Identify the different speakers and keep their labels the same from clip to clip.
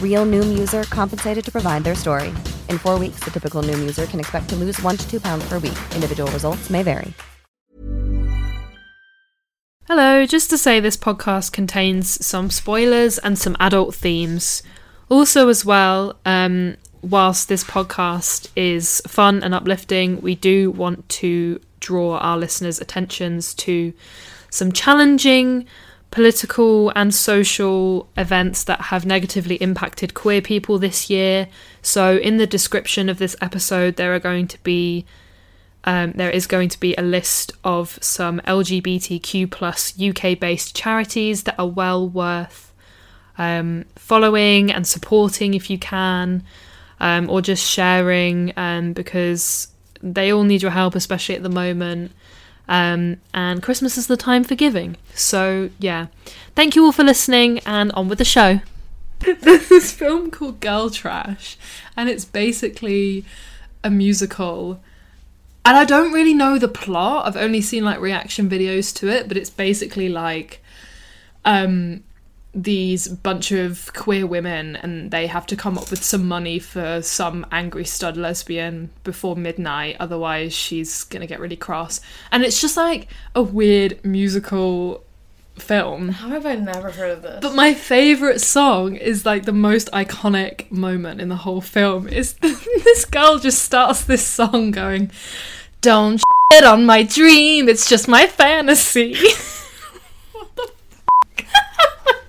Speaker 1: Real Noom user compensated to provide their story. In four weeks, the typical Noom user can expect to lose one to two pounds per week. Individual results may vary.
Speaker 2: Hello, just to say this podcast contains some spoilers and some adult themes. Also, as well, um, whilst this podcast is fun and uplifting, we do want to draw our listeners' attentions to some challenging political and social events that have negatively impacted queer people this year. So, in the description of this episode, there are going to be um, there is going to be a list of some LGBTQ plus UK based charities that are well worth um, following and supporting if you can, um, or just sharing um, because they all need your help, especially at the moment. Um, and Christmas is the time for giving. So, yeah. Thank you all for listening, and on with the show. There's this film called Girl Trash, and it's basically a musical. And I don't really know the plot. I've only seen like reaction videos to it, but it's basically like um these bunch of queer women and they have to come up with some money for some angry stud lesbian before midnight otherwise she's going to get really cross and it's just like a weird musical film
Speaker 3: How have I never heard of this?
Speaker 2: but my favorite song is like the most iconic moment in the whole film. Is this girl just starts this song going, "Don't shit on my dream. It's just my fantasy." what the fuck?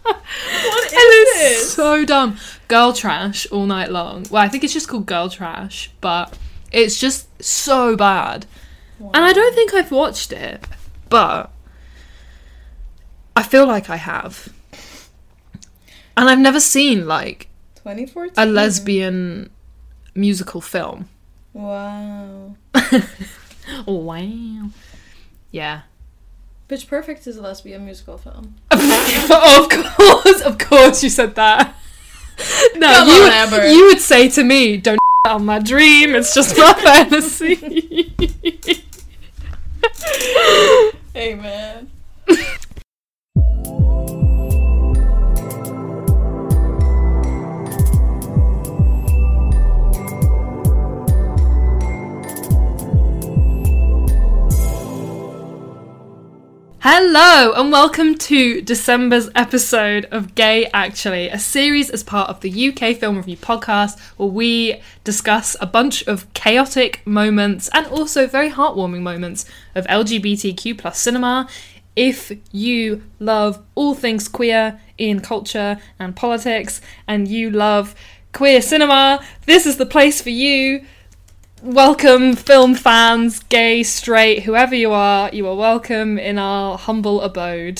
Speaker 3: What
Speaker 2: It
Speaker 3: is
Speaker 2: is so dumb. Girl trash all night long. Well, I think it's just called girl trash, but it's just so bad. And I don't think I've watched it, but I feel like I have. And I've never seen like
Speaker 3: 2014.
Speaker 2: a lesbian musical film.
Speaker 3: Wow.
Speaker 2: Oh, Wow. Yeah.
Speaker 3: Bitch Perfect is a lesbian musical film.
Speaker 2: of course, of course you said that. No,
Speaker 3: Come
Speaker 2: you,
Speaker 3: on,
Speaker 2: would-
Speaker 3: Amber.
Speaker 2: you would say to me, don't on my dream, it's just my fantasy.
Speaker 3: Amen.
Speaker 2: Hello, and welcome to December's episode of Gay Actually, a series as part of the UK Film Review podcast where we discuss a bunch of chaotic moments and also very heartwarming moments of LGBTQ plus cinema. If you love all things queer in culture and politics, and you love queer cinema, this is the place for you. Welcome, film fans, gay, straight, whoever you are, you are welcome in our humble abode.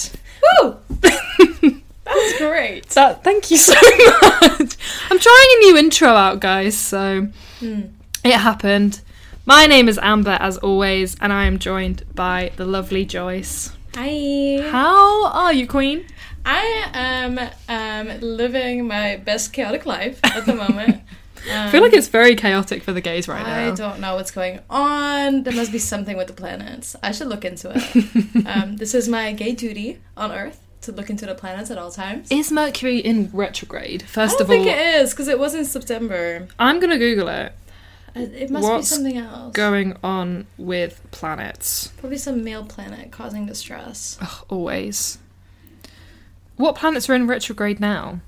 Speaker 2: Woo!
Speaker 3: That's great.
Speaker 2: that, thank you so much. I'm trying a new intro out, guys, so
Speaker 3: Hmm.
Speaker 2: it happened. My name is Amber, as always, and I am joined by the lovely Joyce.
Speaker 3: Hi.
Speaker 2: How are you, Queen?
Speaker 3: I am um, living my best chaotic life at the moment.
Speaker 2: I feel like it's very chaotic for the gays right now.
Speaker 3: I don't know what's going on. There must be something with the planets. I should look into it. um, this is my gay duty on Earth to look into the planets at all times.
Speaker 2: Is Mercury in retrograde?
Speaker 3: I
Speaker 2: First of
Speaker 3: don't
Speaker 2: all,
Speaker 3: think it is because it was in September.
Speaker 2: I'm gonna Google it.
Speaker 3: It it must
Speaker 2: What's
Speaker 3: be something else.
Speaker 2: Going on with planets
Speaker 3: Probably some male planet causing distress.
Speaker 2: Ugh, always. What planets are in retrograde now?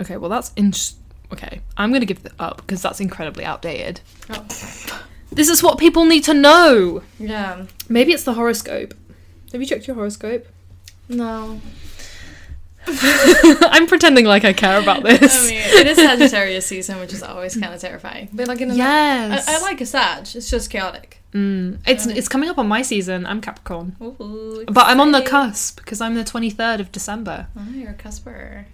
Speaker 2: Okay, well that's in. Okay, I'm gonna give that up because that's incredibly outdated.
Speaker 3: Oh,
Speaker 2: This is what people need to know.
Speaker 3: yeah.
Speaker 2: Maybe it's the horoscope. Have you checked your horoscope?
Speaker 3: No.
Speaker 2: I'm pretending like I care about
Speaker 3: I
Speaker 2: this.
Speaker 3: mean, it is Sagittarius season, which is always kind of terrifying. But like in the
Speaker 2: Yes.
Speaker 3: I, I like a Sag. It's just chaotic.
Speaker 2: it's it's coming up on my season. I'm Capricorn,
Speaker 3: Ooh,
Speaker 2: but I'm on the
Speaker 3: exciting.
Speaker 2: cusp because I'm the 23rd of December.
Speaker 3: Oh, you're a cusper.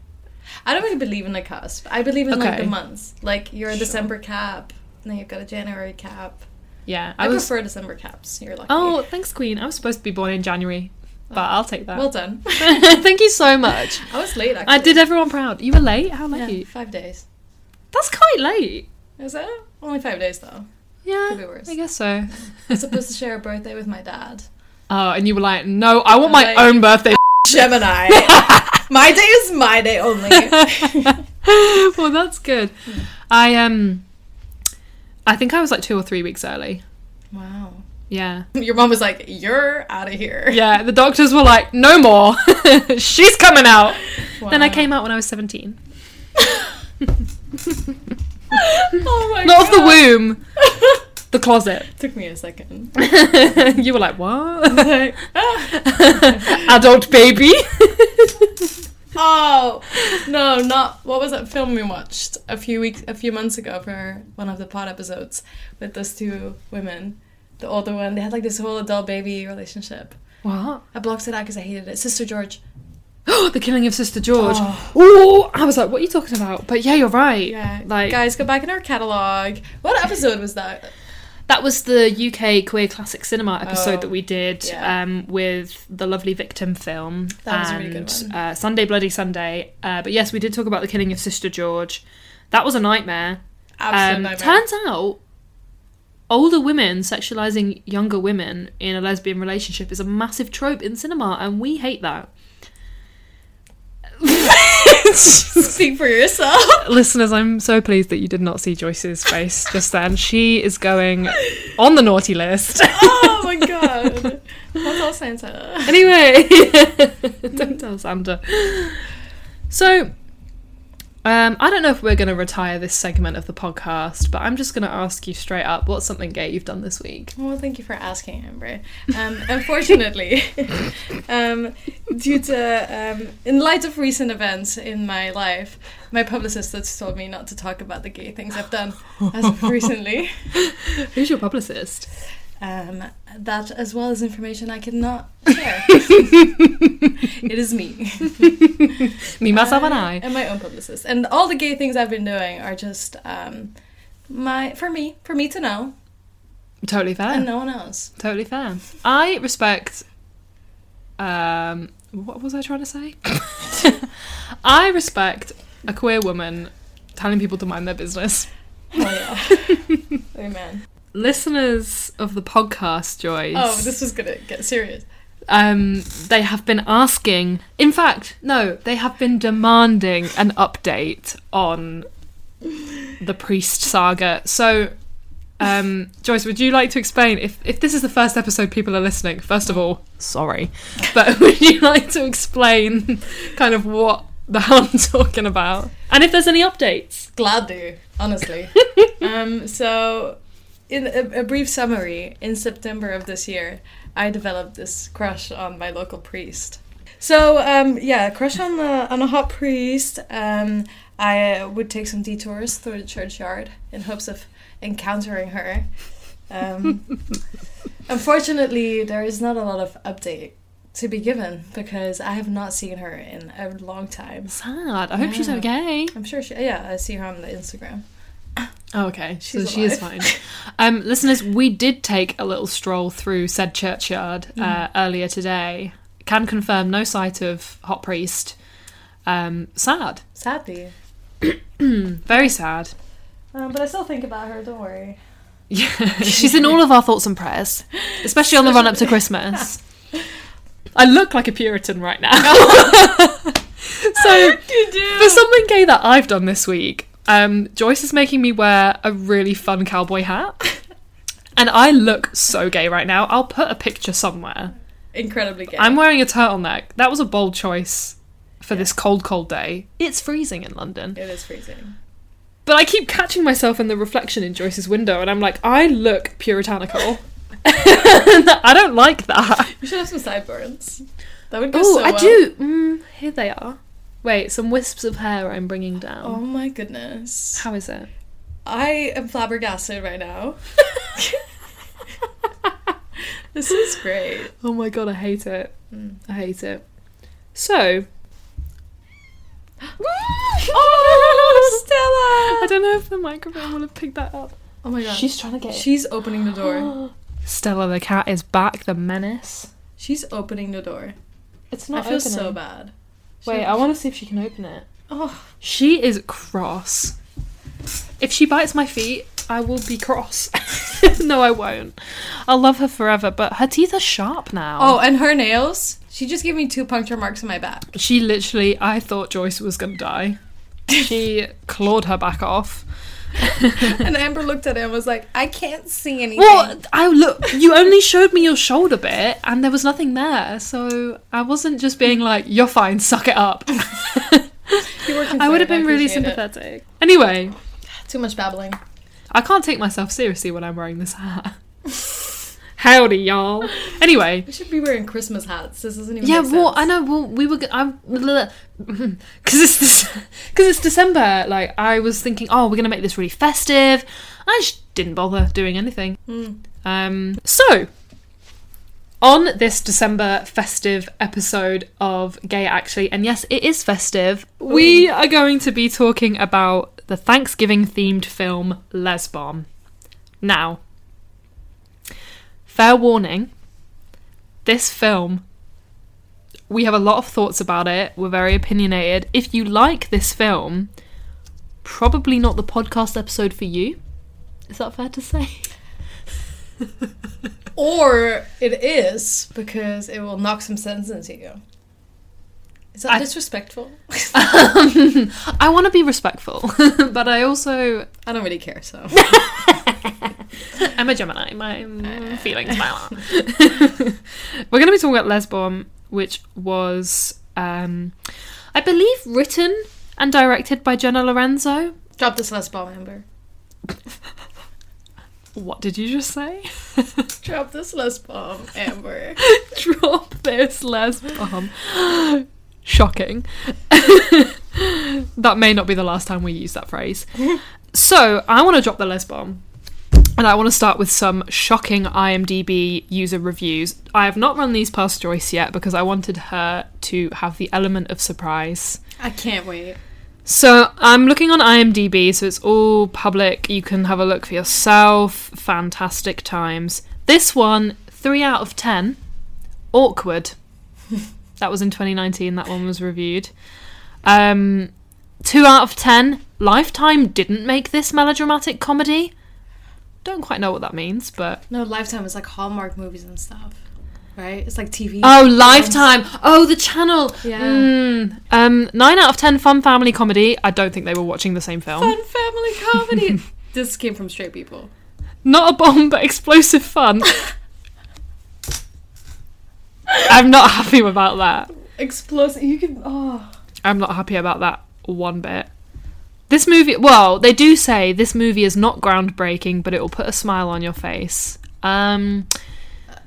Speaker 3: I don't really believe in the cusp. I believe in like
Speaker 2: Okay.
Speaker 3: the months. Like you're a December cap, and then you've got a January cap.
Speaker 2: Yeah,
Speaker 3: I,
Speaker 2: I was.
Speaker 3: prefer December caps. You're lucky.
Speaker 2: Oh, thanks, Queen. I was supposed to be born in January, but I'll take that.
Speaker 3: Oh. well done.
Speaker 2: Thank you so much.
Speaker 3: I was late. Actually.
Speaker 2: I did everyone proud. You were late. How late?
Speaker 3: Yeah, five days.
Speaker 2: That's quite late.
Speaker 3: Is it only five days though?
Speaker 2: Yeah,
Speaker 3: Could be worse.
Speaker 2: I guess so.
Speaker 3: I'm supposed to share a birthday with my dad.
Speaker 2: Oh, and you were like, no, I want my
Speaker 3: like-
Speaker 2: own birthday.
Speaker 3: Gemini. my day is my day only.
Speaker 2: well, that's good. Hmm. I um, I think I was like two or three weeks early.
Speaker 3: wow.
Speaker 2: Yeah,
Speaker 3: Your mom was like, "You're out of here."
Speaker 2: yeah. The doctors were like, no more. She's coming out. Uh. Then I came out when I was seventeen.
Speaker 3: Oh my
Speaker 2: Not of the
Speaker 3: God.
Speaker 2: womb, the closet.
Speaker 3: Took me a second.
Speaker 2: you were like, what? Adult baby.
Speaker 3: Oh no, not what was that film we watched a few weeks, a few months ago for one of the pod episodes with those two women, the older one. They had like this whole adult baby relationship.
Speaker 2: what?
Speaker 3: I blocked it out because I hated it. Sister George.
Speaker 2: the killing of Sister George. Oh, I was like, what are you talking about? But yeah, you're right.
Speaker 3: Yeah,
Speaker 2: Like
Speaker 3: guys, go back in our catalog. What episode was that?
Speaker 2: that was the UK queer classic cinema episode
Speaker 3: Oh,
Speaker 2: that we did
Speaker 3: yeah.
Speaker 2: um, with the lovely victim film
Speaker 3: That was a
Speaker 2: and
Speaker 3: really good one.
Speaker 2: Uh, Sunday Bloody Sunday. Uh, but yes, we did talk about the killing of Sister George. That was a nightmare.
Speaker 3: Absolute
Speaker 2: Um,
Speaker 3: nightmare.
Speaker 2: Turns out, older women sexualizing younger women in a lesbian relationship is a massive trope in cinema, and we hate that.
Speaker 3: Speak for yourself.
Speaker 2: Listeners, I'm so pleased that you did not see Joyce's face just then. She is going on the naughty list.
Speaker 3: oh my god, that's all Santa.
Speaker 2: anyway, don't tell Santa. So, um, I don't know if we're going to retire this segment of the podcast, but I'm just going to ask you straight up what's something gay you've done this week?
Speaker 3: Well, thank you for asking, Amber. Um, unfortunately, um, due to um, in light of recent events in my life, my publicist has told me not to talk about the gay things I've done as of recently.
Speaker 2: Who's your publicist?
Speaker 3: Um, that, as well as information I cannot share. it is me
Speaker 2: Me, myself, and I.
Speaker 3: and my own publicist, and all the gay things I've been doing are just um, my for me, for me to know,
Speaker 2: Totally fair.
Speaker 3: and no one else.
Speaker 2: Totally fair. I respect. Um, what was I trying to say? I respect a queer woman telling people to mind their business.
Speaker 3: Oh yeah. Amen.
Speaker 2: Listeners of the podcast, Joyce.
Speaker 3: Oh, this was gonna get serious.
Speaker 2: um, they have been asking. In fact, no, they have been demanding an update on the priest saga. So, um, Joyce, would you like to explain if if this is the first episode people are listening? First of all, sorry, but would you like to explain kind of what the hell I'm talking about, and if there's any updates?
Speaker 3: Gladly, honestly. um, so, in a, a brief summary, in September of this year, I developed this crush on my local priest. So, um, yeah, crush on the, on a hot priest. Um, I uh, would take some detours through the churchyard in hopes of encountering her. Um, unfortunately, there is not a lot of update to be given because I have not seen her in a long time.
Speaker 2: Sad. I hope she's
Speaker 3: Yeah.
Speaker 2: okay.
Speaker 3: I'm sure she. Yeah, I see her on the Instagram.
Speaker 2: Oh, okay.
Speaker 3: She's
Speaker 2: so she is fine.
Speaker 3: alive.
Speaker 2: Um, listeners, we did take a little stroll through said churchyard
Speaker 3: Mm.
Speaker 2: uh, earlier today. Can confirm no sight of Hot Priest. Um, sad.
Speaker 3: Sadly,
Speaker 2: Very sad.
Speaker 3: Um, but I still think about her. Don't worry.
Speaker 2: She's in all of our thoughts and prayers, especially on the run up to Christmas. I look like a Puritan right now. so, for something gay that I've done this week, um, Joyce is making me wear a really fun cowboy hat. And I look so gay right now. I'll put a picture somewhere.
Speaker 3: Incredibly gay.
Speaker 2: I'm wearing a turtleneck. That was a bold choice for this cold, cold day. It's freezing in London.
Speaker 3: It is freezing.
Speaker 2: But I keep catching myself in the reflection in Joyce's window, and I'm like, I look puritanical. I don't like that.
Speaker 3: We should have some sideburns. That would go
Speaker 2: Oh,
Speaker 3: so
Speaker 2: I
Speaker 3: well.
Speaker 2: do. Mm, here they are. Wait, some wisps of hair I'm bringing down.
Speaker 3: Oh my goodness.
Speaker 2: How is it?
Speaker 3: I am flabbergasted right now. this is great.
Speaker 2: Oh my god, I hate it.
Speaker 3: Mm.
Speaker 2: I hate it. So. oh, Stella! I don't know if the microphone will have picked that up.
Speaker 3: Oh my god.
Speaker 2: trying to get
Speaker 3: She's opening the door.
Speaker 2: Stella the cat is back, the menace.
Speaker 3: She's opening the door.
Speaker 2: It's
Speaker 3: I feel so bad.
Speaker 2: Wait, I want to see if she can open it.
Speaker 3: Oh,
Speaker 2: She is cross. If she bites my feet, I will be cross. no, I won't. I'll love her forever, but her teeth are sharp now.
Speaker 3: oh, and her nails. She just gave me two puncture marks in my back.
Speaker 2: She literally, I thought Joyce was gonna die. She clawed her back off.
Speaker 3: And Amber looked at it and was like, "I can't see anything."
Speaker 2: Well, I look. You only showed me your shoulder bit, and there was nothing there, so I wasn't just being like, "You're fine, suck it up."
Speaker 3: You were
Speaker 2: I would have been
Speaker 3: concerned,
Speaker 2: really
Speaker 3: appreciate it.
Speaker 2: sympathetic. Anyway,
Speaker 3: Too much babbling.
Speaker 2: I can't take myself seriously when I'm wearing this hat. Howdy, y'all. Anyway,
Speaker 3: We should be wearing Christmas hats. This doesn't even.
Speaker 2: yeah.
Speaker 3: make
Speaker 2: Well,
Speaker 3: sense.
Speaker 2: I know. Well, we were. g- I'm because it's because it's December. Like I was thinking, oh, we're gonna make this really festive. I just didn't bother doing anything.
Speaker 3: Hmm.
Speaker 2: Um. So. On this December festive episode of Gay Actually, and yes, it is festive, we are going to be talking about the Thanksgiving themed film Les Bomb. Now, fair warning this film we have a lot of thoughts about it we're very opinionated if you like this film probably not the podcast episode for you is that fair to say
Speaker 3: Or it is because it will knock some sense into you. Is that
Speaker 2: I-
Speaker 3: disrespectful?
Speaker 2: i want to be respectful but i also
Speaker 3: I don't really care, so.
Speaker 2: i'm a gemini my mm, feelings my we're going to be talking about lesbom which was um, i believe written and directed by jenna lorenzo
Speaker 3: Drop this last bomb, Amber.
Speaker 2: what did you just say
Speaker 3: Drop this last bomb, Amber.
Speaker 2: drop this Les bomb. Shocking. that may not be the last time we use that phrase. so I want to drop the Les bomb. And I want to start with some shocking IMDb user reviews. I have not run these past Joyce yet because I wanted her to have the element of surprise.
Speaker 3: I can't wait.
Speaker 2: So I'm looking on IMDb, so it's all public. You can have a look for yourself. Fantastic times. This one, three out of ten. Awkward. that was in 2019. That one was reviewed. Um, two out of ten. Lifetime didn't make this melodramatic comedy. Don't quite know what that means, but
Speaker 3: No, Lifetime is like Hallmark movies and stuff, right? It's like TV.
Speaker 2: oh, Lifetime! Oh, the channel.
Speaker 3: Yeah.
Speaker 2: Mm. Um, nine out of ten. Fun family comedy. I don't think they were watching the same film.
Speaker 3: Fun family comedy. this came from straight people.
Speaker 2: Not a bomb, but explosive fun. I'm not happy about that.
Speaker 3: Explosive. You can. Oh.
Speaker 2: I'm not happy about that one bit. This movie, well, they do say this movie is not groundbreaking, but it will put a smile on your face. Um,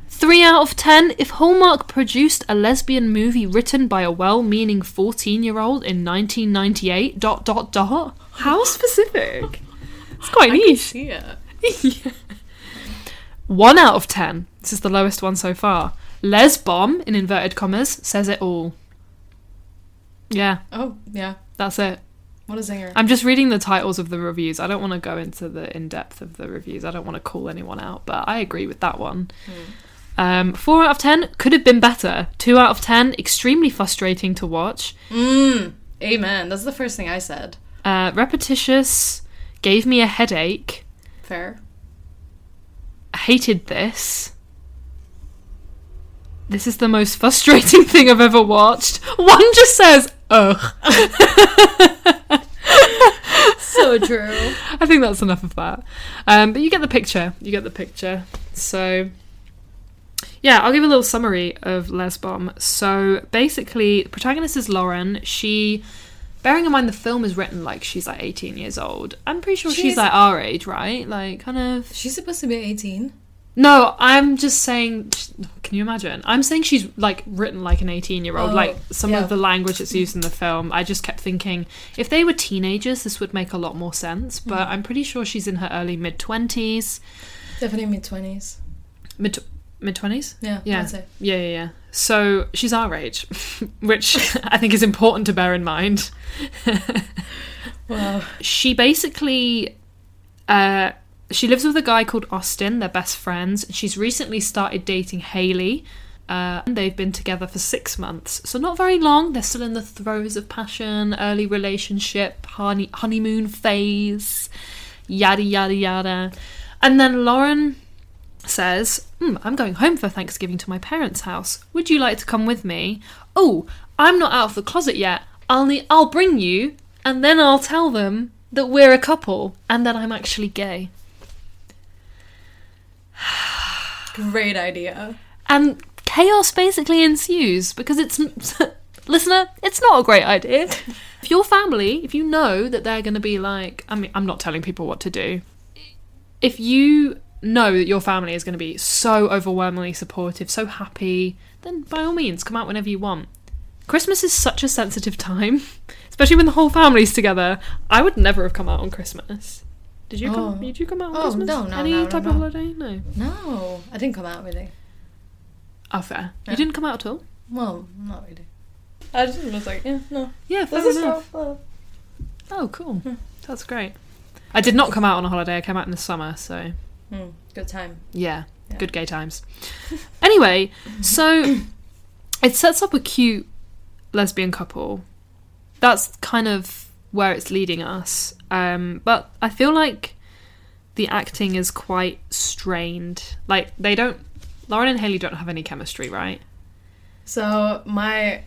Speaker 2: three out of ten. If Hallmark produced a lesbian movie written by a well-meaning fourteen-year-old in 1998, dot dot dot. How specific? It's quite niche.
Speaker 3: See ya.
Speaker 2: One out of ten. This is the lowest one so far. Les Bomb, in inverted commas, says it all. Yeah,
Speaker 3: Oh, yeah.
Speaker 2: that's it.
Speaker 3: What a zinger.
Speaker 2: I'm just reading the titles of the reviews. I don't want to go into the in depth of the reviews. I don't want to call anyone out, but I agree with that one. Um, four out of ten could have been better. Two out of ten, extremely frustrating to watch.
Speaker 3: Amen. That's the first thing I said.
Speaker 2: Uh, repetitious. gave me a headache.
Speaker 3: Fair.
Speaker 2: hated this. This is the most frustrating thing I've ever watched. One just says, ugh.
Speaker 3: So true.
Speaker 2: I think that's enough of that. Um, but you get the picture. You get the picture. So, yeah, I'll give a little summary of Les Bomb. So, basically, the protagonist is Lauren. She, bearing in mind the film is written like she's like 18 years old. I'm pretty sure she's,
Speaker 3: She's-
Speaker 2: like our age, right? Like, kind of.
Speaker 3: She's supposed to be 18.
Speaker 2: No, I'm just saying. Can you imagine? I'm saying she's like written like an 18 year old.
Speaker 3: Oh,
Speaker 2: like some
Speaker 3: yeah.
Speaker 2: of the language that's used in the film, I just kept thinking if they were teenagers, this would make a lot more sense.
Speaker 3: Mm.
Speaker 2: But I'm pretty sure she's in her early mid 20s.
Speaker 3: Definitely mid 20s.
Speaker 2: Mid mid 20s?
Speaker 3: Yeah,
Speaker 2: Yeah.
Speaker 3: I'd say.
Speaker 2: yeah, yeah, yeah. So she's our age, which I think is important to bear in mind.
Speaker 3: Wow.
Speaker 2: she basically uh, she lives with a guy called Austin. They're best friends. She's recently started dating Haley. Uh, and they've been together for six months, so not very long. They're still in the throes of passion, early relationship, honey- honeymoon phase, yada yada yada. And then Lauren says, Hmm, I'm going home for Thanksgiving to my parents' house. Would you like to come with me? Oh, I'm not out of the closet yet. I'll, ne- I'll bring you, and then I'll tell them that we're a couple and that I'm actually gay.
Speaker 3: Great idea.
Speaker 2: And chaos basically ensues because it's. Listener, it's not a great idea. If your family, if you know that they're going to be like, I mean, I'm not telling people what to do. If you know that your family is going to be so overwhelmingly supportive, so happy, then by all means, come out whenever you want. Christmas is such a sensitive time, especially when the whole family's together. I would never have come out on Christmas. Did you come?
Speaker 3: Oh.
Speaker 2: Did you come out on
Speaker 3: Oh,
Speaker 2: Christmas?
Speaker 3: no, no,
Speaker 2: Any
Speaker 3: no, no,
Speaker 2: type
Speaker 3: no.
Speaker 2: of holiday? No.
Speaker 3: No, I didn't come out really.
Speaker 2: Oh, fair. You didn't come out at all.
Speaker 3: Well, not really. I just was like, yeah, no.
Speaker 2: Yeah, fair enough. Oh, cool. That's great. I did not come out on a holiday. I came out in the summer, so
Speaker 3: Mm, good time.
Speaker 2: yeah, good gay times. anyway, so it sets up a cute lesbian couple. That's kind of where it's leading us. Um, but I feel like the acting is quite strained. Like they don't. Lauren and Haley don't have any chemistry, right?
Speaker 3: So my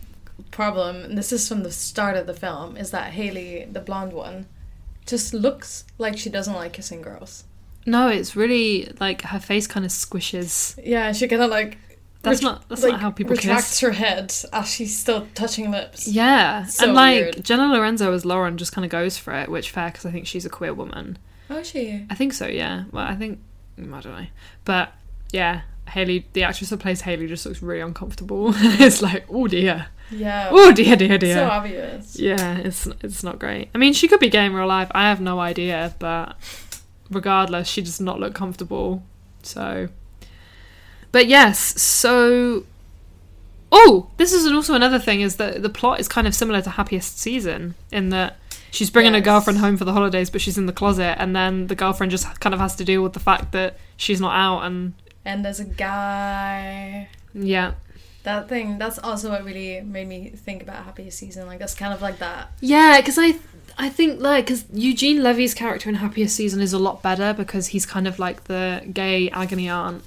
Speaker 3: problem, and this is from the start of the film, is that Haley, the blonde one, just looks like she doesn't like kissing girls.
Speaker 2: No, it's really like her face kind of squishes.
Speaker 3: Yeah, she kind of like.
Speaker 2: That's
Speaker 3: ret-
Speaker 2: not- that's not how people
Speaker 3: retracts
Speaker 2: kiss.
Speaker 3: her head as she's still touching lips.
Speaker 2: Yeah,
Speaker 3: So
Speaker 2: and like
Speaker 3: weird.
Speaker 2: Jenna Lorenzo as Lauren just kind of goes for it, which fair because I think she's a queer woman.
Speaker 3: Oh, she.
Speaker 2: I think so, yeah. Well, I think mm, I don't know, but yeah, Haley, the actress that plays Haley, just looks really uncomfortable. it's like, oh dear,
Speaker 3: Yeah.
Speaker 2: oh dear, dear, dear.
Speaker 3: So obvious.
Speaker 2: yeah, it's it's not great. I mean, she could be gay in real life. I have no idea, but regardless, she does not look comfortable. So, but yes, so. Oh, this is also another thing is that the plot is kind of similar to Happiest Season in that she's bringing her
Speaker 3: Yes.
Speaker 2: girlfriend home for the holidays, but she's in the closet, and then the girlfriend just kind of has to deal with the fact that she's not out, and
Speaker 3: And there's a guy.
Speaker 2: yeah,
Speaker 3: That thing. That's also what really made me think about Happiest Season. Like that's kind of like that.
Speaker 2: Yeah, because I I think like because Eugene Levy's character in Happiest Season is a lot better because he's kind of like the gay agony aunt,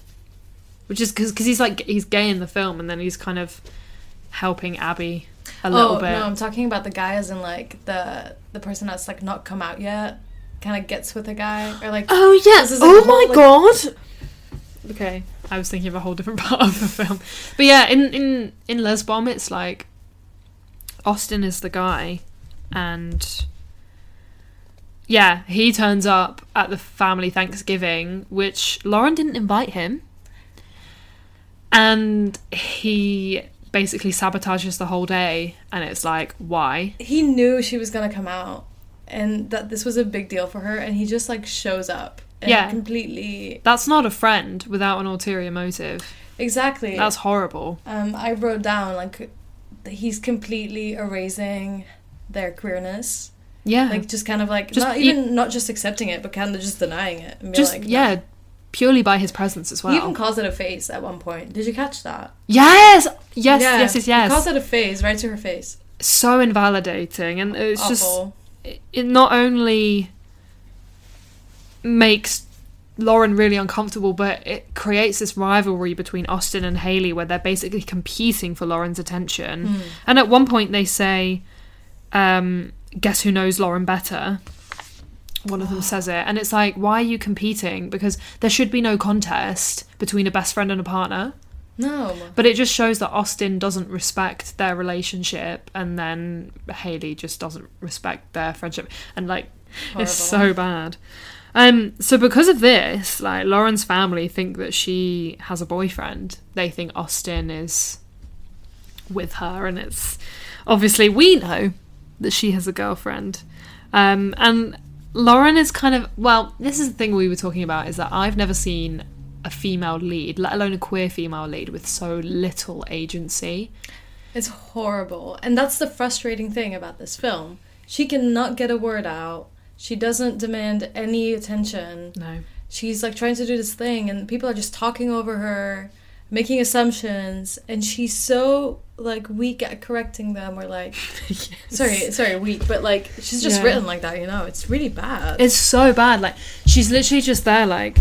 Speaker 2: which is because he's like he's gay in the film and then he's kind of helping Abby a little
Speaker 3: oh
Speaker 2: bit.
Speaker 3: no, I'm talking about the guy as in like the the person that's like not come out yet. Kind of gets with a guy or like.
Speaker 2: Oh yes!
Speaker 3: This is, like, Oh, a whole, my like-
Speaker 2: god! Okay, I was thinking of a whole different part of the film, but yeah, in in in Les Bomb, it's like Austin is the guy, and yeah, he turns up at the family Thanksgiving, which Lauren didn't invite him, and he basically sabotages the whole day, and it's like, why?
Speaker 3: he knew she was gonna come out and that this was a big deal for her and he just like shows up and
Speaker 2: Yeah.
Speaker 3: completely
Speaker 2: That's not a friend without an ulterior motive.
Speaker 3: exactly
Speaker 2: That's horrible.
Speaker 3: um i wrote down like that he's completely erasing their queerness
Speaker 2: Yeah.
Speaker 3: like just kind of like
Speaker 2: Just
Speaker 3: not
Speaker 2: e-
Speaker 3: even not just accepting it but kind of just denying it and be
Speaker 2: just
Speaker 3: like no.
Speaker 2: yeah purely by his presence as well
Speaker 3: he even calls it a face at one point did you catch that
Speaker 2: yes yes yes yes
Speaker 3: he
Speaker 2: yes
Speaker 3: calls it a face right to her face
Speaker 2: so invalidating and it's
Speaker 3: awful
Speaker 2: just it not only makes Lauren really uncomfortable, but it creates this rivalry between Austin and Haley where they're basically competing for Lauren's attention. And at one point, they say, um, Guess who knows Lauren better? One of them says it. And it's like, Why are you competing? Because there should be no contest between a best friend and a partner.
Speaker 3: No.
Speaker 2: But it just shows that Austin doesn't respect their relationship, and then Haley just doesn't respect their friendship, and like it's so bad. Um, so because of this, like Lauren's family think that she has a boyfriend. They think Austin is with her, and it's obviously we know that she has a girlfriend. Um, and Lauren is kind of well. This is the thing we were talking about is that I've never seen a female lead, let alone a queer female lead, with so little agency.
Speaker 3: It's horrible. And that's the frustrating thing about this film. She cannot get a word out. She doesn't demand any attention.
Speaker 2: No.
Speaker 3: She's like trying to do this thing and people are just talking over her, making assumptions, and she's so like weak at correcting them or like sorry, sorry, weak, but like she's just
Speaker 2: Yeah.
Speaker 3: written like that, you know. It's really bad.
Speaker 2: It's so bad. Like she's literally just there, like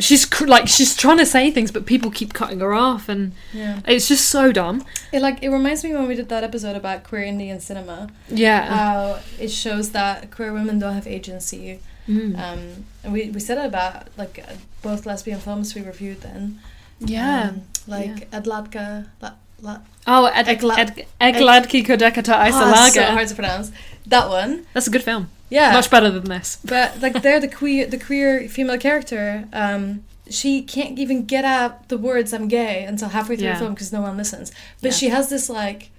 Speaker 2: she's cr- like she's trying to say things, but people keep cutting her off, and
Speaker 3: Yeah.
Speaker 2: it's just so dumb.
Speaker 3: It like it reminds me when we did that episode about queer Indian cinema.
Speaker 2: Yeah.
Speaker 3: how it shows that queer women don't have agency. Um, and we, we said it about like uh, both lesbian films we reviewed then.
Speaker 2: yeah.
Speaker 3: Um, like Adlatka. La, la,
Speaker 2: oh, Ed-
Speaker 3: Egla-
Speaker 2: Ed- Egladki Kodekata
Speaker 3: Ah, so
Speaker 2: Isalaga.
Speaker 3: hard to pronounce. That one.
Speaker 2: That's a good film.
Speaker 3: Yeah.
Speaker 2: Much better than this.
Speaker 3: but like there the queer the queer female character, um, she can't even get out the words I'm gay until halfway through
Speaker 2: Yeah.
Speaker 3: the film because no one listens. But
Speaker 2: Yeah.
Speaker 3: she has this like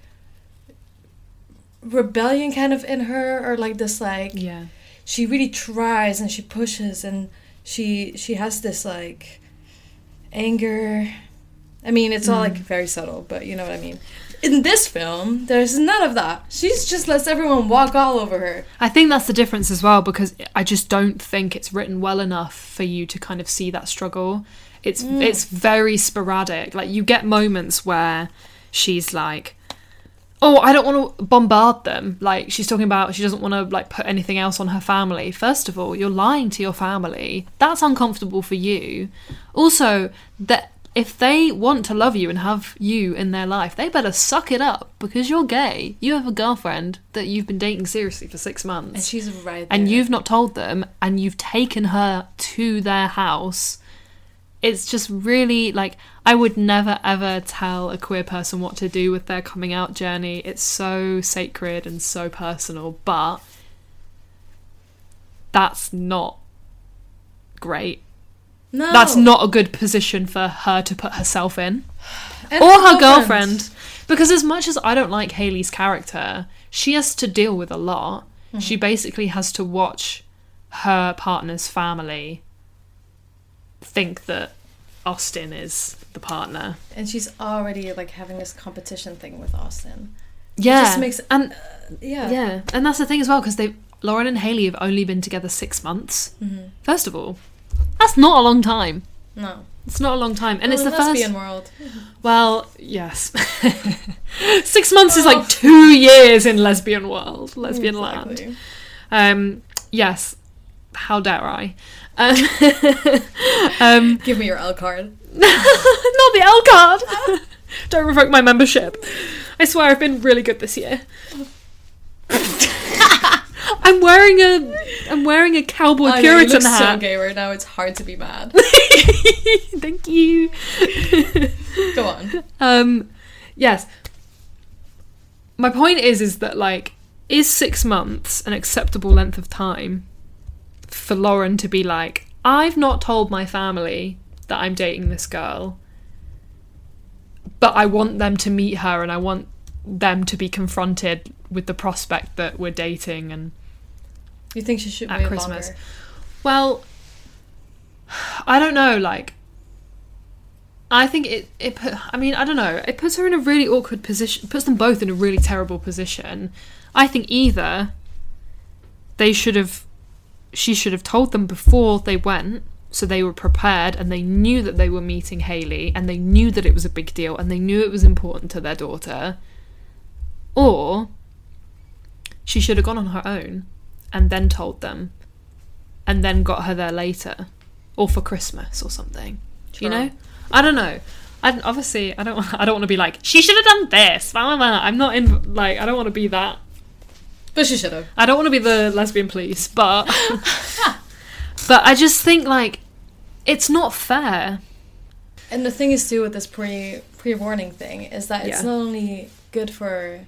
Speaker 3: rebellion kind of in her or like this like
Speaker 2: Yeah.
Speaker 3: she really tries and she pushes and she she has this like anger i mean it's
Speaker 2: Mm.
Speaker 3: all like very subtle but you know what i mean in this film there's none of that she's just lets everyone walk all over her
Speaker 2: I think that's the difference as well because I just don't think it's written well enough for you to kind of see that struggle. It's
Speaker 3: Mm.
Speaker 2: it's very sporadic. Like you get moments where she's like Oh, I don't want to bombard them. Like she's talking about she doesn't want to like put anything else on her family. First of all, you're lying to your family. That's uncomfortable for you. Also, that if they want to love you and have you in their life, they better suck it up because you're gay. You have a girlfriend that you've been dating seriously for 6 months.
Speaker 3: and she's right
Speaker 2: and
Speaker 3: there.
Speaker 2: you've not told them and you've taken her to their house. It's just really like I would never ever tell a queer person what to do with their coming out journey. It's so sacred and so personal, but that's not great.
Speaker 3: no
Speaker 2: That's not a good position for her to put herself in
Speaker 3: And
Speaker 2: or her girlfriend. Because as much as I don't like Haley's character, she has to deal with a lot.
Speaker 3: Mm-hmm.
Speaker 2: She basically has to watch her partner's family think that Austin is the partner.
Speaker 3: and she's already like having this competition thing with austin
Speaker 2: Yeah,
Speaker 3: just makes-
Speaker 2: and
Speaker 3: yeah
Speaker 2: yeah, and that's the thing as well because they Lauren and Haley have only been together six months. First of all, that's not a long time.
Speaker 3: Mm-hmm. no
Speaker 2: It's not a long time, and
Speaker 3: Well,
Speaker 2: it's
Speaker 3: in
Speaker 2: the first.
Speaker 3: lesbian world
Speaker 2: Well, yes. Six months is like two years in lesbian world, lesbian land.
Speaker 3: Exactly.
Speaker 2: Um, yes. How dare I?
Speaker 3: give me your l card
Speaker 2: Not the L card. Don't revoke my membership. I swear I've been really good this year. I'm wearing a I'm wearing a cowboy
Speaker 3: I know, you
Speaker 2: Puritan
Speaker 3: look
Speaker 2: hat.
Speaker 3: so gay right now it's hard to be mad
Speaker 2: Thank you.
Speaker 3: go on
Speaker 2: Um, yes. My point is, is that like, is six months an acceptable length of time for Lauren to be like, I've not told my family that I'm dating this girl, but I want them to meet her and I want them to be confronted with the prospect that we're dating and
Speaker 3: you think she should
Speaker 2: At
Speaker 3: wait
Speaker 2: Christmas.
Speaker 3: longer
Speaker 2: well, I don't know. Like, I think it it. Put, I mean, I don't know. It puts her in a really awkward position. Puts them both in a really terrible position. I think either they should have, she should have told them before they went, so they were prepared and they knew that they were meeting Haley and they knew that it was a big deal and they knew it was important to their daughter. Or she should have gone on her own and then told them and then got her there later, or for Christmas or something. You know, I don't know. I don't- obviously I don't. want I don't want to be like she should have done this. Blah, blah, blah. I'm not in. Like I don't want to be that.
Speaker 3: But she should have.
Speaker 2: I don't want to be the lesbian police, but but I just think like it's not fair.
Speaker 3: And the thing is too with this pre pre warning thing is that it's
Speaker 2: Yeah.
Speaker 3: not only good for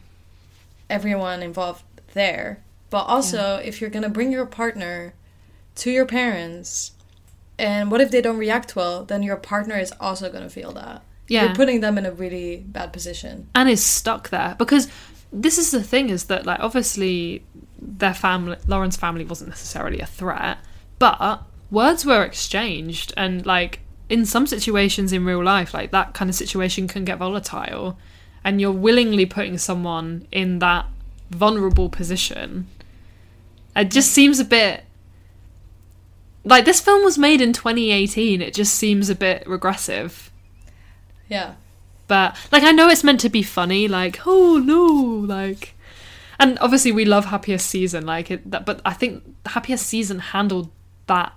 Speaker 3: everyone involved there, but also if you're gonna bring your partner to your parents, and what if they don't react well? Then your partner is also gonna feel that.
Speaker 2: Yeah.
Speaker 3: you're putting them in a really bad position.
Speaker 2: and is stuck there because this is the thing is that like obviously their family Lauren's family wasn't necessarily a threat but words were exchanged and like in some situations in real life like that kind of situation can get volatile and you're willingly putting someone in that vulnerable position it just seems a bit like this film was made in 2018 it just seems a bit regressive
Speaker 3: Yeah,
Speaker 2: but like I know it's meant to be funny, like oh no, like, and obviously we love Happiest Season, like it. That, but I think Happiest Season handled that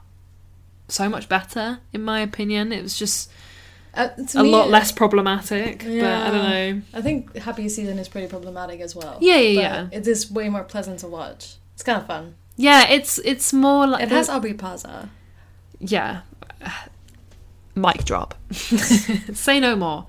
Speaker 2: so much better, in my opinion. It was just
Speaker 3: uh, to
Speaker 2: a
Speaker 3: me,
Speaker 2: lot less problematic. But I don't know.
Speaker 3: I think Happy Season is pretty problematic as well.
Speaker 2: Yeah, yeah,
Speaker 3: but It is way more pleasant to watch. It's kind of fun.
Speaker 2: Yeah, it's it's more like
Speaker 3: It has Aubrey Plaza.
Speaker 2: yeah. Mic drop. Say no more.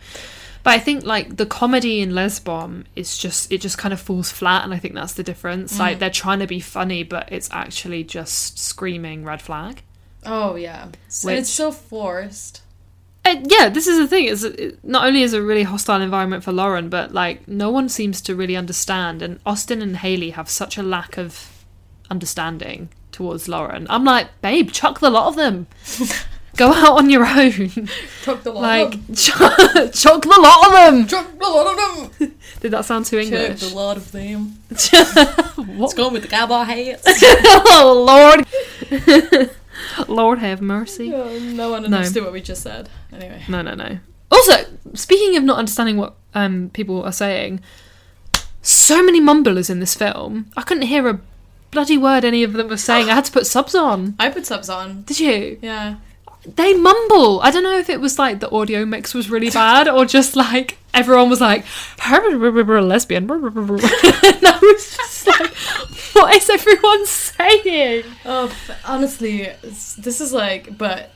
Speaker 2: But I think like the comedy in Lesbom is just it just kind of falls flat, and I think that's the difference. Like they're trying to be funny, but it's actually just screaming red flag.
Speaker 3: Oh yeah, So
Speaker 2: Which-
Speaker 3: it's so forced.
Speaker 2: Uh, yeah, this is the thing. Is it, not only is it a really hostile environment for Lauren, but like no one seems to really understand, and Austin and Haley have such a lack of understanding towards Lauren. I'm like, babe, chuck the lot of them. Go out on your own.
Speaker 3: Chuck the lot
Speaker 2: like
Speaker 3: of them.
Speaker 2: chuck, chuck the lot of them.
Speaker 3: Chuck the lot of them.
Speaker 2: Did that sound too
Speaker 3: Chuck
Speaker 2: English?
Speaker 3: the lot of them. What's going with the cowboy hats?
Speaker 2: oh Lord, Lord have mercy.
Speaker 3: no one understood what we just said. Anyway,
Speaker 2: No, no, no. Also, speaking of not understanding what um, people are saying, so many mumblers in this film. I couldn't hear a bloody word any of them were saying. I had to put subs on.
Speaker 3: I put subs on.
Speaker 2: Did you?
Speaker 3: Yeah,
Speaker 2: They mumble. I don't know if it was like the audio mix was really bad or just like everyone was like lesbian. and I was just like, what is everyone saying?
Speaker 3: Oh, f- honestly, it's- this is like, but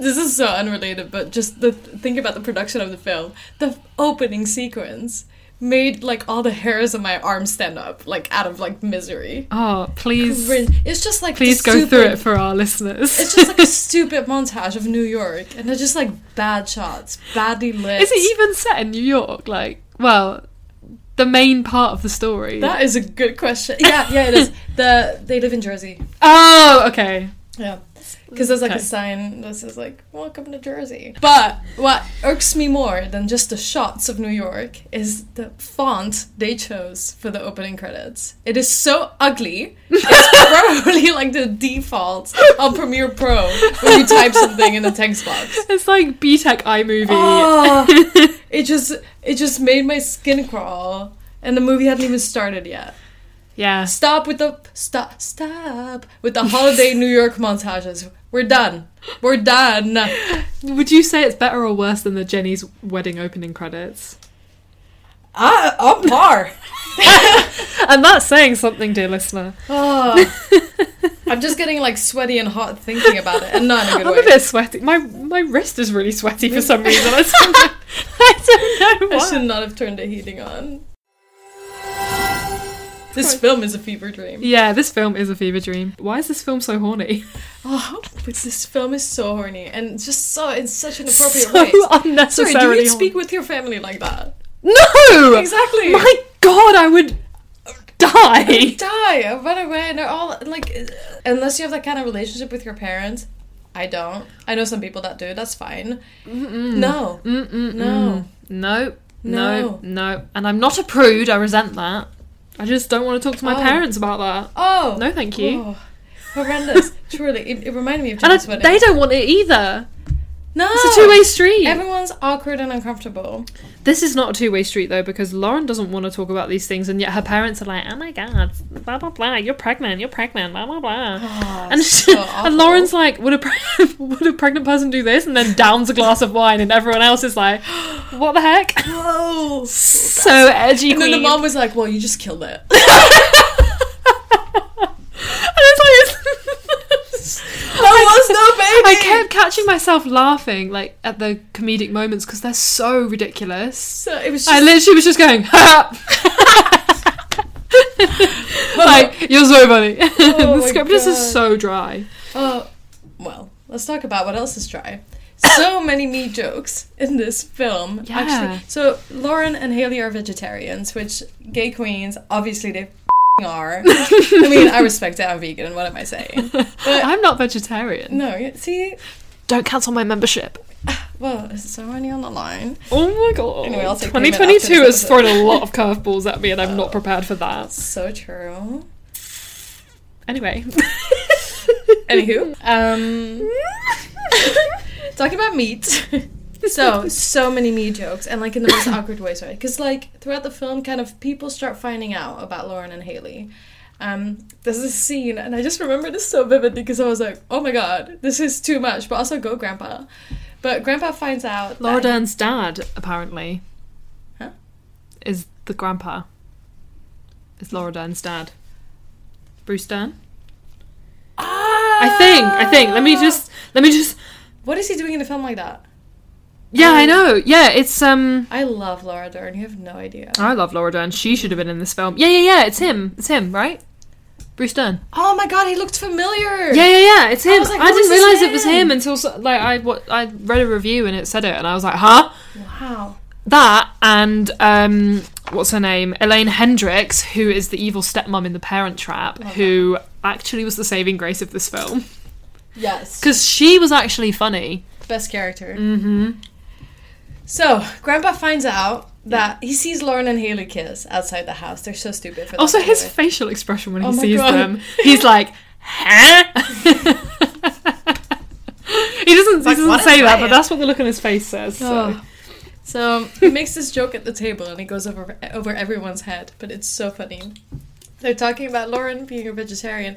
Speaker 3: this is so unrelated. But just the think about the production of the film. The opening sequence made like all the hairs on my arm stand up, like out of like misery.
Speaker 2: Oh, please,
Speaker 3: It's just like
Speaker 2: please
Speaker 3: the
Speaker 2: go through
Speaker 3: stupid-
Speaker 2: it for our listeners.
Speaker 3: It's just like a stupid montage of New York, and they're just like bad shots, badly lit.
Speaker 2: Is it even set in New York? Like, well, the main part of the story.
Speaker 3: That is a good question. Yeah, yeah, it is. The they live in Jersey.
Speaker 2: oh, okay.
Speaker 3: Yeah, because there's like
Speaker 2: Okay.
Speaker 3: a sign that says like "Welcome to Jersey." But what irks me more than just the shots of New York is the font they chose for the opening credits. It is so ugly. It's probably like the default on Premiere Pro when you type something in the text box.
Speaker 2: It's like B Tech iMovie.
Speaker 3: Oh. It just it just made my skin crawl. And the movie hadn't even started yet.
Speaker 2: yeah.
Speaker 3: Stop with the stop stop with the holiday New York montages. We're done. We're done.
Speaker 2: Would you say it's better or worse than the Jenny's wedding opening credits?
Speaker 3: Ah, on par.
Speaker 2: And that's saying something, dear listener.
Speaker 3: I'm just getting like sweaty and hot thinking about it, and not in a good
Speaker 2: I'm
Speaker 3: way.
Speaker 2: a bit sweaty. My my wrist is really sweaty for some reason. I don't know, I don't know
Speaker 3: I
Speaker 2: why.
Speaker 3: should not have turned the heating on. This film is a fever dream.
Speaker 2: Yeah, this film is a fever dream. Why is this film so horny?
Speaker 3: Oh, but this film is so horny and just so in such an appropriate
Speaker 2: so
Speaker 3: way. Sorry,
Speaker 2: unnecessarily
Speaker 3: do
Speaker 2: horny.
Speaker 3: you speak with your family like that?
Speaker 2: No!
Speaker 3: Exactly.
Speaker 2: My god, I would die!
Speaker 3: die I run away and they're all like unless you have that kind of relationship with your parents i don't i know some people that do that's fine no no
Speaker 2: No, no,
Speaker 3: No.
Speaker 2: no. And I'm not a prude, I resent that. I just don't want to talk to my
Speaker 3: Oh.
Speaker 2: parents about that.
Speaker 3: oh
Speaker 2: No, thank you.
Speaker 3: Oh, horrendous truly it, it reminded me of
Speaker 2: And I,
Speaker 3: Jenny's wedding
Speaker 2: they don't want it either.
Speaker 3: No,
Speaker 2: It's a two-way street.
Speaker 3: Everyone's awkward and uncomfortable.
Speaker 2: This is not a two way street though, because Lauren doesn't want to talk about these things, and yet her parents are like, "Oh my god, blah blah blah, you're pregnant, you're pregnant, blah blah blah," and, she-
Speaker 3: awful.
Speaker 2: and Lauren's like, "Would a pre- would a pregnant person do this?" And then downs a glass of wine, and everyone else is like, "What the heck?"
Speaker 3: Oh, Whoa!
Speaker 2: so edgy.
Speaker 3: And then the
Speaker 2: queen.
Speaker 3: mom was like, "Well, you just killed it."
Speaker 2: And it's like,
Speaker 3: That was no
Speaker 2: I
Speaker 3: baby!
Speaker 2: kept catching myself laughing like at the comedic moments because they're so ridiculous.
Speaker 3: so it was just
Speaker 2: I literally was just going, ha! like, you're so funny.
Speaker 3: Oh
Speaker 2: the
Speaker 3: my
Speaker 2: script just
Speaker 3: God.
Speaker 2: is so dry.
Speaker 3: Oh, well, let's talk about what else is dry. So many meat jokes in this film.
Speaker 2: Yeah.
Speaker 3: Actually, so Lauren and Haley are vegetarians, which gay queens obviously they f***ing are. I mean, I respect that I'm vegan. What am I saying?
Speaker 2: I'm not vegetarian.
Speaker 3: No, you- see,
Speaker 2: Don't cancel my membership.
Speaker 3: well, is so many on the line.
Speaker 2: Oh my god.
Speaker 3: Anyway, I'll take payment after
Speaker 2: 2022
Speaker 3: this Oh.
Speaker 2: has thrown a lot of curveballs at me, and I'm not prepared for that.
Speaker 3: So true.
Speaker 2: Anyway.
Speaker 3: Anywho, um, talking about meat. so so many meat jokes and like in the most awkward ways, right? Because like throughout the film, kind of people start finding out about Lauren and Haley. Um, there's a scene, and I just remember this so vividly because I was like, "Oh my god, this is too much." But also, go Grandpa. But Grandpa finds out. that-
Speaker 2: Laura Dern's dad, apparently,
Speaker 3: Huh?
Speaker 2: is the grandpa. Is Laura Dern's dad. Bruce Dern? I think, I think. Let me just, let me just.
Speaker 3: What is he doing in a film like that?
Speaker 2: Yeah,
Speaker 3: Um,
Speaker 2: I know. Yeah, it's um.
Speaker 3: I love Laura Dern. You have no idea.
Speaker 2: I love Laura Dern. She should have been in this film. Yeah, yeah, yeah. It's him. It's him, right? Bruce Dern.
Speaker 3: Oh my god, he looked familiar.
Speaker 2: Yeah, yeah, yeah. It's him. I,
Speaker 3: was like, what
Speaker 2: didn't
Speaker 3: is his
Speaker 2: realize it was
Speaker 3: name?
Speaker 2: him until so- like I what I read a review and it said it, and I was like, huh.
Speaker 3: Wow.
Speaker 2: That and um, what's her name? Elaine Hendricks, who is the evil stepmom in The Parent Trap, who actually was the saving grace of this film
Speaker 3: Yes.
Speaker 2: because she was actually funny.
Speaker 3: best character. Mm-hmm. So Grandpa finds out that he sees Lauren and Haley kiss outside the house. They're so stupid. For that,
Speaker 2: Also,
Speaker 3: by the
Speaker 2: his
Speaker 3: way.
Speaker 2: facial expression when he
Speaker 3: Oh my
Speaker 2: sees
Speaker 3: God.
Speaker 2: them, he's like, huh? he doesn't, he doesn't
Speaker 3: "What
Speaker 2: say
Speaker 3: is
Speaker 2: that, but
Speaker 3: that?"
Speaker 2: that's what the look on his face says. So.
Speaker 3: Oh. So he makes this joke at the table and it goes over over everyone's head, but it's so funny. They're talking about Lauren being a vegetarian,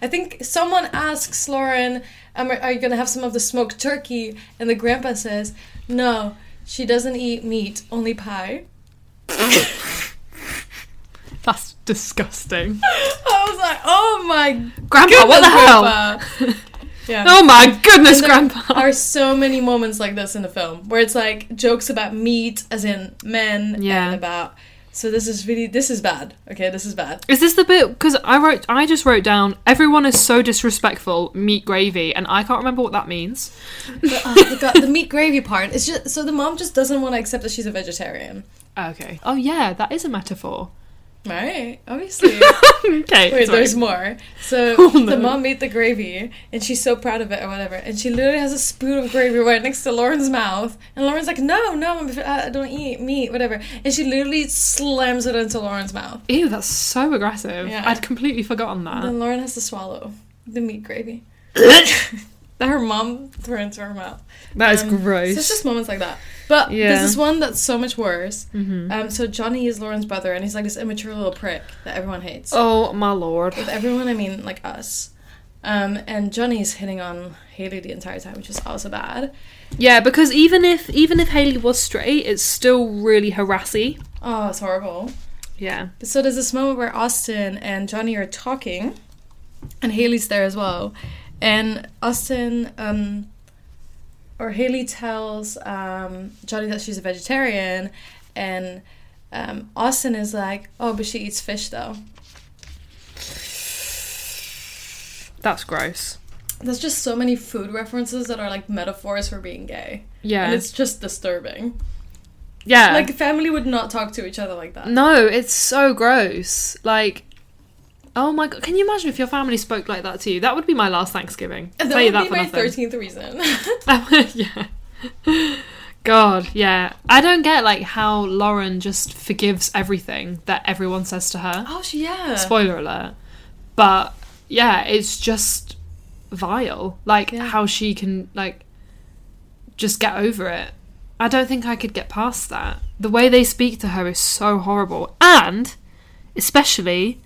Speaker 3: I think someone asks Lauren, "Am I- "Are you gonna have some of the smoked turkey?" And the grandpa says, "No, she doesn't eat meat, only pie."
Speaker 2: That's disgusting.
Speaker 3: I was like, "Oh my
Speaker 2: Grandpa, what the hell?
Speaker 3: goodness, Grandpa. yeah.
Speaker 2: Oh my goodness,
Speaker 3: There
Speaker 2: Grandpa.
Speaker 3: are so many moments like this in the film where it's like jokes about meat, as in men,
Speaker 2: Yeah.
Speaker 3: and about. So this is really this is bad. Okay, this is bad.
Speaker 2: Is this the bit? Because I wrote, I just wrote down. Everyone is so disrespectful. Meat gravy, and I can't remember what that means.
Speaker 3: But, oh my God, the meat gravy part is just so the mom just doesn't want to accept that she's a vegetarian,
Speaker 2: Okay. Oh yeah, that is a metaphor.
Speaker 3: right? Obviously.
Speaker 2: Okay.
Speaker 3: Wait,
Speaker 2: sorry.
Speaker 3: there's more. So
Speaker 2: no.
Speaker 3: the mom made the gravy, and she's so proud of it or whatever. And she literally has a spoon of gravy right next to Lauren's mouth, and Lauren's like, "No, no, I'm, I don't eat meat, whatever." And she literally slams it into Lauren's mouth.
Speaker 2: Ew, that's so aggressive.
Speaker 3: Yeah.
Speaker 2: I'd completely forgotten that.
Speaker 3: And Lauren has to swallow the meat gravy. that her mom threw into her mouth.
Speaker 2: That is gross.
Speaker 3: So it's just moments like that.
Speaker 2: Yeah.
Speaker 3: But
Speaker 2: Mm-hmm.
Speaker 3: there's this one that's so much worse. Um, so Johnny is Lauren's brother, and he's like this immature little prick that everyone hates.
Speaker 2: Oh my lord.
Speaker 3: With everyone, I mean like us. Um, and Johnny's hitting on Haley the entire time, which is also bad.
Speaker 2: Yeah, because even if even if Haley was straight, it's still really harassy.
Speaker 3: Oh, it's horrible.
Speaker 2: Yeah.
Speaker 3: So there's this moment where Austin and Johnny are talking, and Haley's there as well. And Austin um, or Haley tells um, Johnny that she's a vegetarian, and um, Austin is like, "Oh, but she eats fish though."
Speaker 2: That's gross.
Speaker 3: There's just so many food references that are like metaphors for being gay,
Speaker 2: Yeah.
Speaker 3: and it's just disturbing.
Speaker 2: yeah.
Speaker 3: Like family would not talk to each other like that.
Speaker 2: no, it's so gross. Like Oh my god, can you imagine if your family spoke like that to you? That would be my last Thanksgiving.
Speaker 3: And
Speaker 2: Tell
Speaker 3: that
Speaker 2: you
Speaker 3: would
Speaker 2: that
Speaker 3: be
Speaker 2: for
Speaker 3: my
Speaker 2: nothing.
Speaker 3: thirteenth reason.
Speaker 2: yeah. God, yeah. I don't get like how Lauren just forgives everything that everyone says to her.
Speaker 3: oh, she- yeah.
Speaker 2: Spoiler alert. But yeah, it's just vile. Like how she can like just get over it. I don't think I could get past that. The way they speak to her is so horrible. And especially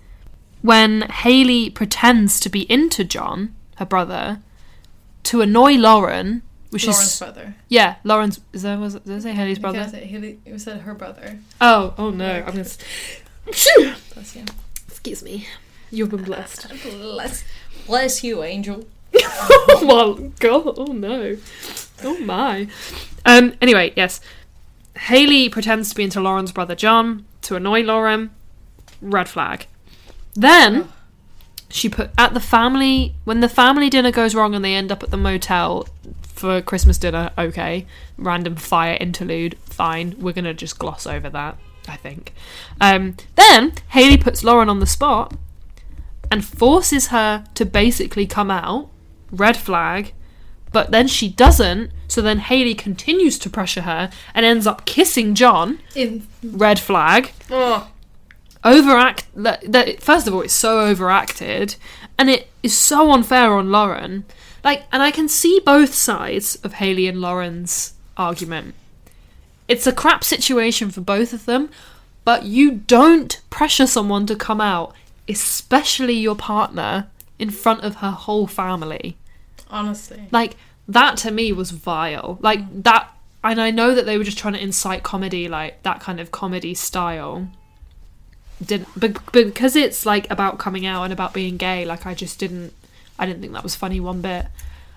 Speaker 2: when Haley pretends to be into John, her brother, to annoy Lauren, which
Speaker 3: Lauren's
Speaker 2: is
Speaker 3: brother.
Speaker 2: yeah, Lauren's. Is that was did I say Haley's brother?
Speaker 3: Because Haley, it said her brother.
Speaker 2: Oh, oh no! I'm gonna. s-
Speaker 3: Bless you.
Speaker 2: Excuse me. You've been blessed.
Speaker 3: Bless, bless you, angel.
Speaker 2: oh my god! Oh no! Oh my! Um. Anyway, yes. Haley pretends to be into Lauren's brother John to annoy Lauren. Red flag. Then she put at the family when the family dinner goes wrong and they end up at the motel for Christmas dinner. Okay, random fire interlude. Fine, we're gonna just gloss over that. I think. Um, then Haley puts Lauren on the spot and forces her to basically come out. Red flag. But then she doesn't, so then Haley continues to pressure her and ends up kissing John.
Speaker 3: In
Speaker 2: Red flag.
Speaker 3: oh,
Speaker 2: Overact. That, that, first of all, it's so overacted, and it is so unfair on Lauren. Like, and I can see both sides of Haley and Lauren's argument. It's a crap situation for both of them, but you don't pressure someone to come out, especially your partner, in front of her whole family
Speaker 3: honestly,
Speaker 2: like that to me was vile like
Speaker 3: Mm.
Speaker 2: that and i know that they were just trying to incite comedy like that kind of comedy style didn't but because it's like about coming out and about being gay like i just didn't i didn't think that was funny one bit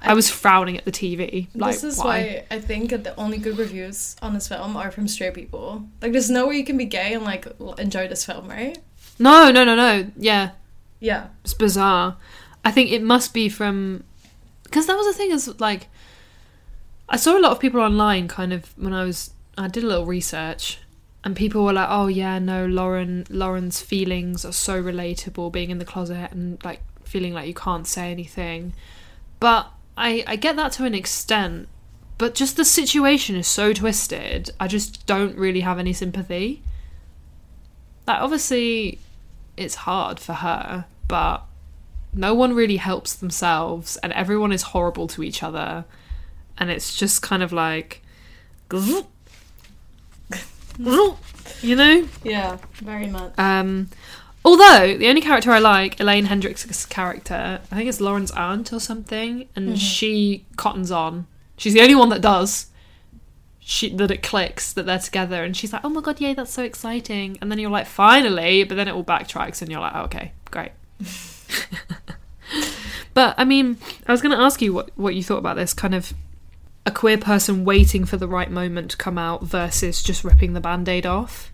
Speaker 2: i, was frowning at the tv like
Speaker 3: this is
Speaker 2: why?
Speaker 3: why? I think that the only good reviews on this film are from straight people. Like, there's no way you can be gay and like l- enjoy this film, right?
Speaker 2: no no no no yeah
Speaker 3: Yeah,
Speaker 2: it's bizarre. I think it must be from because that was the thing is like I saw a lot of people online kind of when I was I did a little research and people were like, "Oh yeah, no, Lauren Lauren's feelings are so relatable being in the closet and like feeling like you can't say anything." But I I get that to an extent, but just the situation is so twisted. I just don't really have any sympathy. Like obviously it's hard for her, but no one really helps themselves and everyone is horrible to each other. And it's just kind of like, you know?
Speaker 3: yeah, very much.
Speaker 2: Um, although the only character I like, Elaine Hendricks' character, I think it's Lauren's aunt or something, and she cottons on. She's the only one that does. She that it clicks that they're together, and she's like, "Oh my god, yay, that's so exciting!" And then you're like, "Finally!" But then it all backtracks, and you're like, oh, "Okay, great." but I mean, I was going to ask you what what you thought about this kind of a queer person waiting for the right moment to come out versus just ripping the band-aid off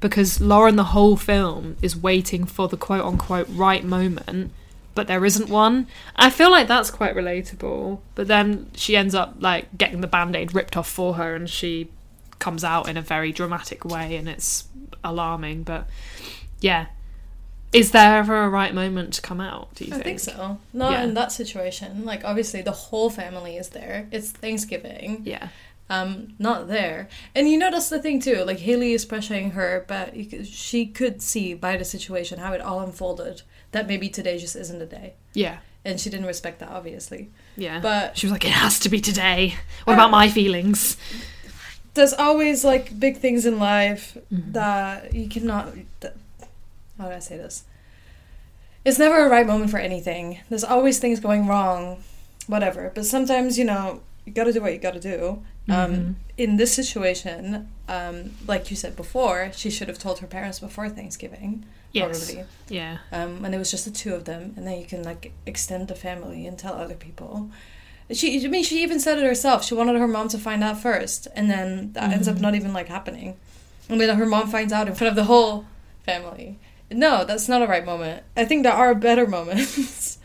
Speaker 2: because Lauren the whole film is waiting for the quote unquote right moment, but there isn't one. I feel like that's quite relatable, but then she ends up like getting the band aid ripped off for her and she comes out in a very dramatic way and it's alarming, but yeah. Is there ever a right moment to come out, do you
Speaker 3: I
Speaker 2: think?
Speaker 3: think so. Not
Speaker 2: Yeah.
Speaker 3: in that situation. Like, obviously, the whole family is there. It's Thanksgiving.
Speaker 2: Yeah.
Speaker 3: um not there and you know that's the thing too like haley is pressuring her but you could, she could see by the situation how it all unfolded that maybe today just isn't the day
Speaker 2: Yeah.
Speaker 3: and she didn't respect that obviously.
Speaker 2: Yeah.
Speaker 3: But-
Speaker 2: she was like, it has to be today. What about my feelings?
Speaker 3: There's always like big things in life that you cannot. That, how do I say this? It's never a right moment for anything. There's always things going wrong, whatever. But sometimes you know you gotta do what you gotta do. Um, in this situation, um, like you said before, she should have told her parents before Thanksgiving.
Speaker 2: Yes.
Speaker 3: Probably.
Speaker 2: Yeah.
Speaker 3: um, and it was just the two of them, and then you can like extend the family and tell other people. She, I mean, she even said it herself. She wanted her mom to find out first, and then that ends up not even like happening. And then her mom finds out in front of the whole family. No, that's not a right moment. I think there are better moments.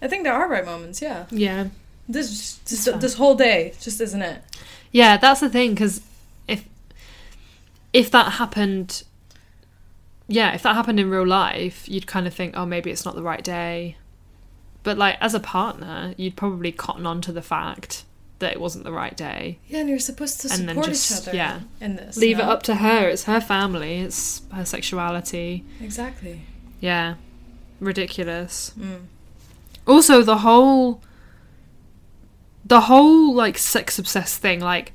Speaker 3: I think there are right moments. Yeah,
Speaker 2: Yeah.
Speaker 3: this this, this whole day just isn't it.
Speaker 2: Yeah, that's the thing because if if that happened, yeah, if that happened in real life, you'd kind of think, oh, maybe it's not the right day. But like as a partner, you'd probably cotton on to the fact that it wasn't the right day.
Speaker 3: Yeah, and you're supposed to
Speaker 2: And then
Speaker 3: support each
Speaker 2: just-
Speaker 3: other.
Speaker 2: yeah.
Speaker 3: in this,
Speaker 2: Leave
Speaker 3: you
Speaker 2: it
Speaker 3: know?
Speaker 2: up to her. It's her family. It's her sexuality.
Speaker 3: Exactly.
Speaker 2: Yeah. Ridiculous. Also the whole the whole like sex obsessed thing like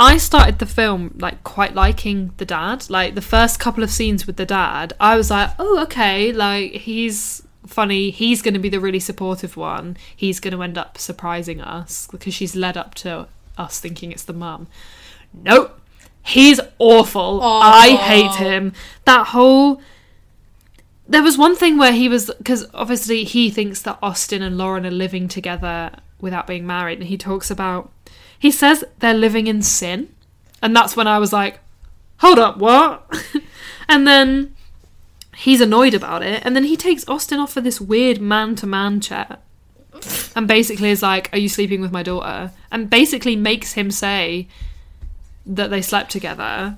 Speaker 2: I started the film like quite liking the dad. Like the first couple of scenes with the dad, I was like, "Oh, okay, like he's funny. He's going to be the really supportive one. He's going to end up surprising us because she's led up to us thinking it's the mum." Nope. He's awful. I hate him. That whole there was one thing where he was because obviously he thinks that Austin and Lauren are living together without being married, and he talks about he says they're living in sin, and that's when I was like, hold up, what? and then he's annoyed about it, and then he takes Austin off for this weird man to man chat, and basically is like, are you sleeping with my daughter? And basically makes him say that they slept together,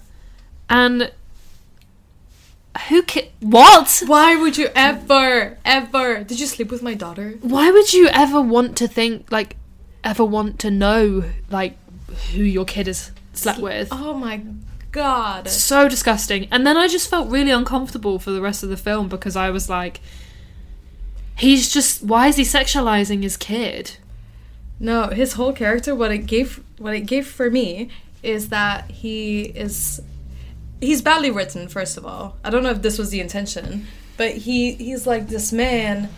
Speaker 2: and. Who ki- what?
Speaker 3: Why would you ever, ever? Did you sleep with my daughter?
Speaker 2: why would you ever want to think like ever want to know like who your kid has slept with
Speaker 3: Oh my god.
Speaker 2: so disgusting and then i just felt really uncomfortable for the rest of the film because i was like he's just why is he sexualizing his kid
Speaker 3: No, his whole character what it gave what it gave for me is that he is he's badly written first of all. I don't know if this was the intention, but he he's like this man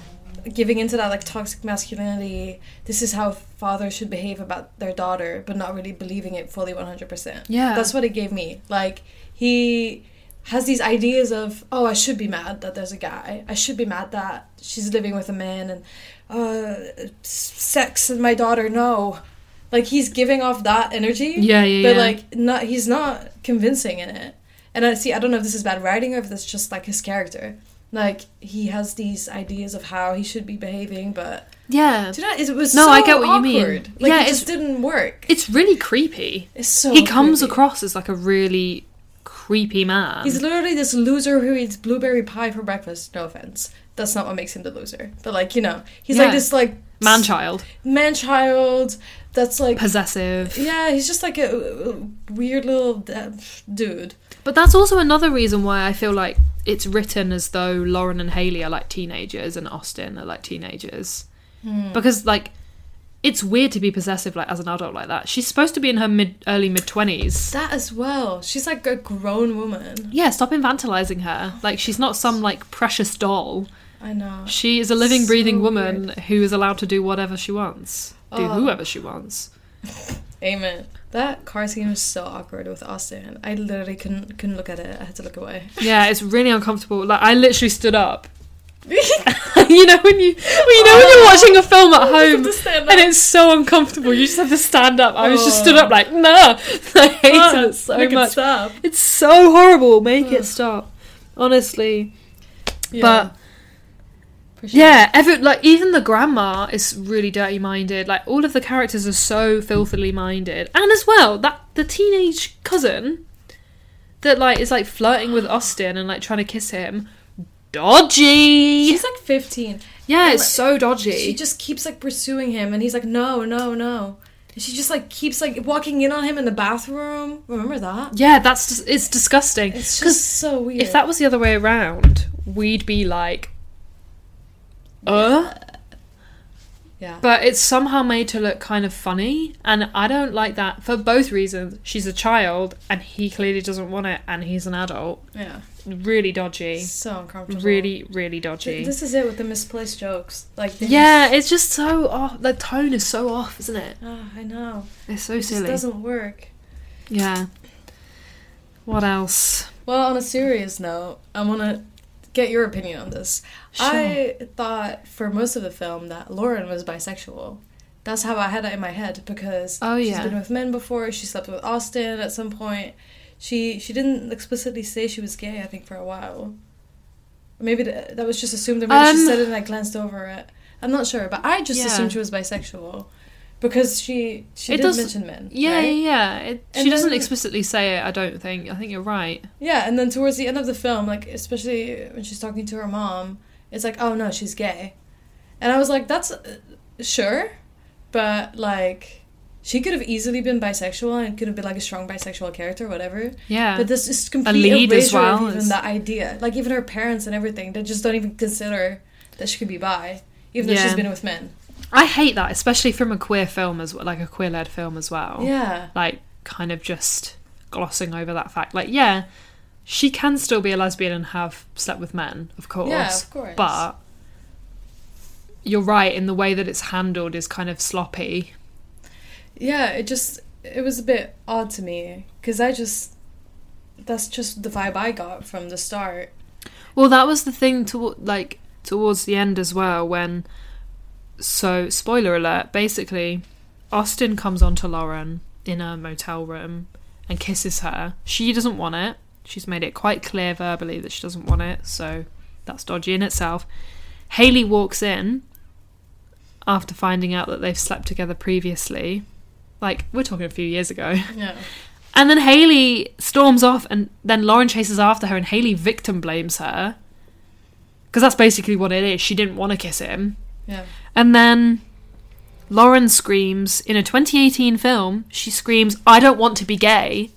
Speaker 3: giving into that like toxic masculinity. This is how fathers should behave about their daughter, but not really believing it fully 100%.
Speaker 2: Yeah.
Speaker 3: That's what it gave me. Like he has these ideas of oh i should be mad that there's a guy i should be mad that she's living with a man and uh, s- sex and my daughter no like he's giving off that energy
Speaker 2: Yeah, yeah,
Speaker 3: but
Speaker 2: yeah.
Speaker 3: like not he's not convincing in it and i see i don't know if this is bad writing or if that's just like his character like he has these ideas of how he should be behaving but
Speaker 2: yeah
Speaker 3: do you know it was
Speaker 2: No,
Speaker 3: so
Speaker 2: I get what you mean.
Speaker 3: awkward. like,
Speaker 2: Yeah,
Speaker 3: it just
Speaker 2: it's-
Speaker 3: didn't work
Speaker 2: it's really creepy
Speaker 3: it's so
Speaker 2: he comes
Speaker 3: creepy.
Speaker 2: across as like a really creepy man
Speaker 3: He's literally this loser who eats blueberry pie for breakfast. No offense. That's not what makes him the loser. But like, you know, he's
Speaker 2: Yeah.
Speaker 3: like this like
Speaker 2: man child
Speaker 3: man child that's like
Speaker 2: possessive
Speaker 3: yeah, he's just like a, a weird little uh, dude.
Speaker 2: But that's also another reason why I feel like it's written as though Lauren and Haley are like teenagers and Austin are like teenagers.
Speaker 3: Hmm.
Speaker 2: Because like it's weird to be possessive like as an adult like that. She's supposed to be in her mid early mid 20s.
Speaker 3: That as well. She's like a grown woman.
Speaker 2: Yeah, stop infantilizing her. Like she's not some like precious doll.
Speaker 3: I know.
Speaker 2: She is a living
Speaker 3: So
Speaker 2: breathing
Speaker 3: weird. Oh.
Speaker 2: woman who is allowed to do whatever she wants. Do whoever she wants.
Speaker 3: Amen. That car scene was so awkward with Austin. I literally couldn't couldn't look at it. I had to look away.
Speaker 2: Yeah, it's really uncomfortable. Like I literally stood up you know when you well, you know when
Speaker 3: Oh.
Speaker 2: you're watching a film at home
Speaker 3: to stand
Speaker 2: and
Speaker 3: up.
Speaker 2: it's so uncomfortable you just have to stand up I was just stood up like no I hate it so
Speaker 3: Oh. Make it
Speaker 2: much
Speaker 3: stop.
Speaker 2: it's so horrible make it stop honestly but
Speaker 3: for sure.
Speaker 2: yeah ever like even the grandma is really dirty minded like all of the characters are so filthily minded and as well that the teenage cousin that like is like flirting with Austin and like trying to kiss him dodgy
Speaker 3: She's like 15.
Speaker 2: yeah
Speaker 3: And,
Speaker 2: it's
Speaker 3: like,
Speaker 2: so dodgy
Speaker 3: she just keeps like pursuing him and he's like no no no and she just like keeps like walking in on him in the bathroom remember that
Speaker 2: Yeah, that's dis- it's disgusting.
Speaker 3: it's
Speaker 2: 'Cause
Speaker 3: just so weird
Speaker 2: if that was the other way around, we'd be like, uh,
Speaker 3: Yeah.
Speaker 2: But it's somehow made to look kind of funny, and I don't like that for both reasons. She's a child, and he clearly doesn't want it, and he's an adult.
Speaker 3: yeah.
Speaker 2: Really dodgy.
Speaker 3: So uncomfortable.
Speaker 2: Really, really dodgy.
Speaker 3: Th- This is it with the misplaced jokes. Like they
Speaker 2: yeah, it's just so off. The tone is so off, isn't it?
Speaker 3: Oh, I know.
Speaker 2: It's so
Speaker 3: It just
Speaker 2: silly.
Speaker 3: doesn't work.
Speaker 2: Yeah. What else?
Speaker 3: Well, on a serious note, I want to get your opinion on this. I thought for most of the film that Lauren was bisexual. That's how I had it in my head because
Speaker 2: Oh,
Speaker 3: she's
Speaker 2: yeah.
Speaker 3: been with men before. She slept with Austin at some point. She she didn't explicitly say she was gay. I think for a while. Maybe th- that was just assumed. Or maybe she
Speaker 2: Um,
Speaker 3: said it and I glanced over it. I'm not sure, but I just
Speaker 2: Yeah.
Speaker 3: assumed she was bisexual because she she did
Speaker 2: doesn't-
Speaker 3: mention men.
Speaker 2: Yeah,
Speaker 3: right?
Speaker 2: yeah. yeah. It, she
Speaker 3: And
Speaker 2: doesn't
Speaker 3: then-
Speaker 2: explicitly say it. I don't think. I think you're right.
Speaker 3: Yeah, and then towards the end of the film, like especially when she's talking to her mom, it's like, oh no, she's gay, and I was like, that's uh, sure, but like, she could have easily been bisexual and could have been like a strong bisexual character, whatever.
Speaker 2: Yeah.
Speaker 3: But this is complete
Speaker 2: lead as
Speaker 3: erasure
Speaker 2: well
Speaker 3: of even
Speaker 2: is-
Speaker 3: the idea. Like even her parents and everything, they just don't even consider that she could be bi, even though
Speaker 2: Yeah.
Speaker 3: she's been with men.
Speaker 2: I hate that, especially from a queer film as well, like a queer-led film as well.
Speaker 3: Yeah.
Speaker 2: Like kind of just glossing over that fact. Like, yeah, she can still be a lesbian and have slept with men, of course.
Speaker 3: Yeah, of course.
Speaker 2: But you're right in the way that it's handled is kind of sloppy.
Speaker 3: yeah it just it was a bit odd to me because i just that's just the vibe i got from the start
Speaker 2: Well, that was the thing to like towards the end as well when so spoiler alert, basically Austin comes on to Lauren in a motel room and kisses her. She doesn't want it. She's made it quite clear verbally that she doesn't want it, so that's dodgy in itself. Haley walks in after finding out that they've slept together previously. Like, we're talking a few years ago.
Speaker 3: yeah
Speaker 2: And then Haley storms off, and then Lauren chases after her, and Haley victim blames her. Because that's basically what it is. She didn't want to kiss him.
Speaker 3: yeah
Speaker 2: And then Lauren screams in a 2018 film, she screams, I don't want to be gay.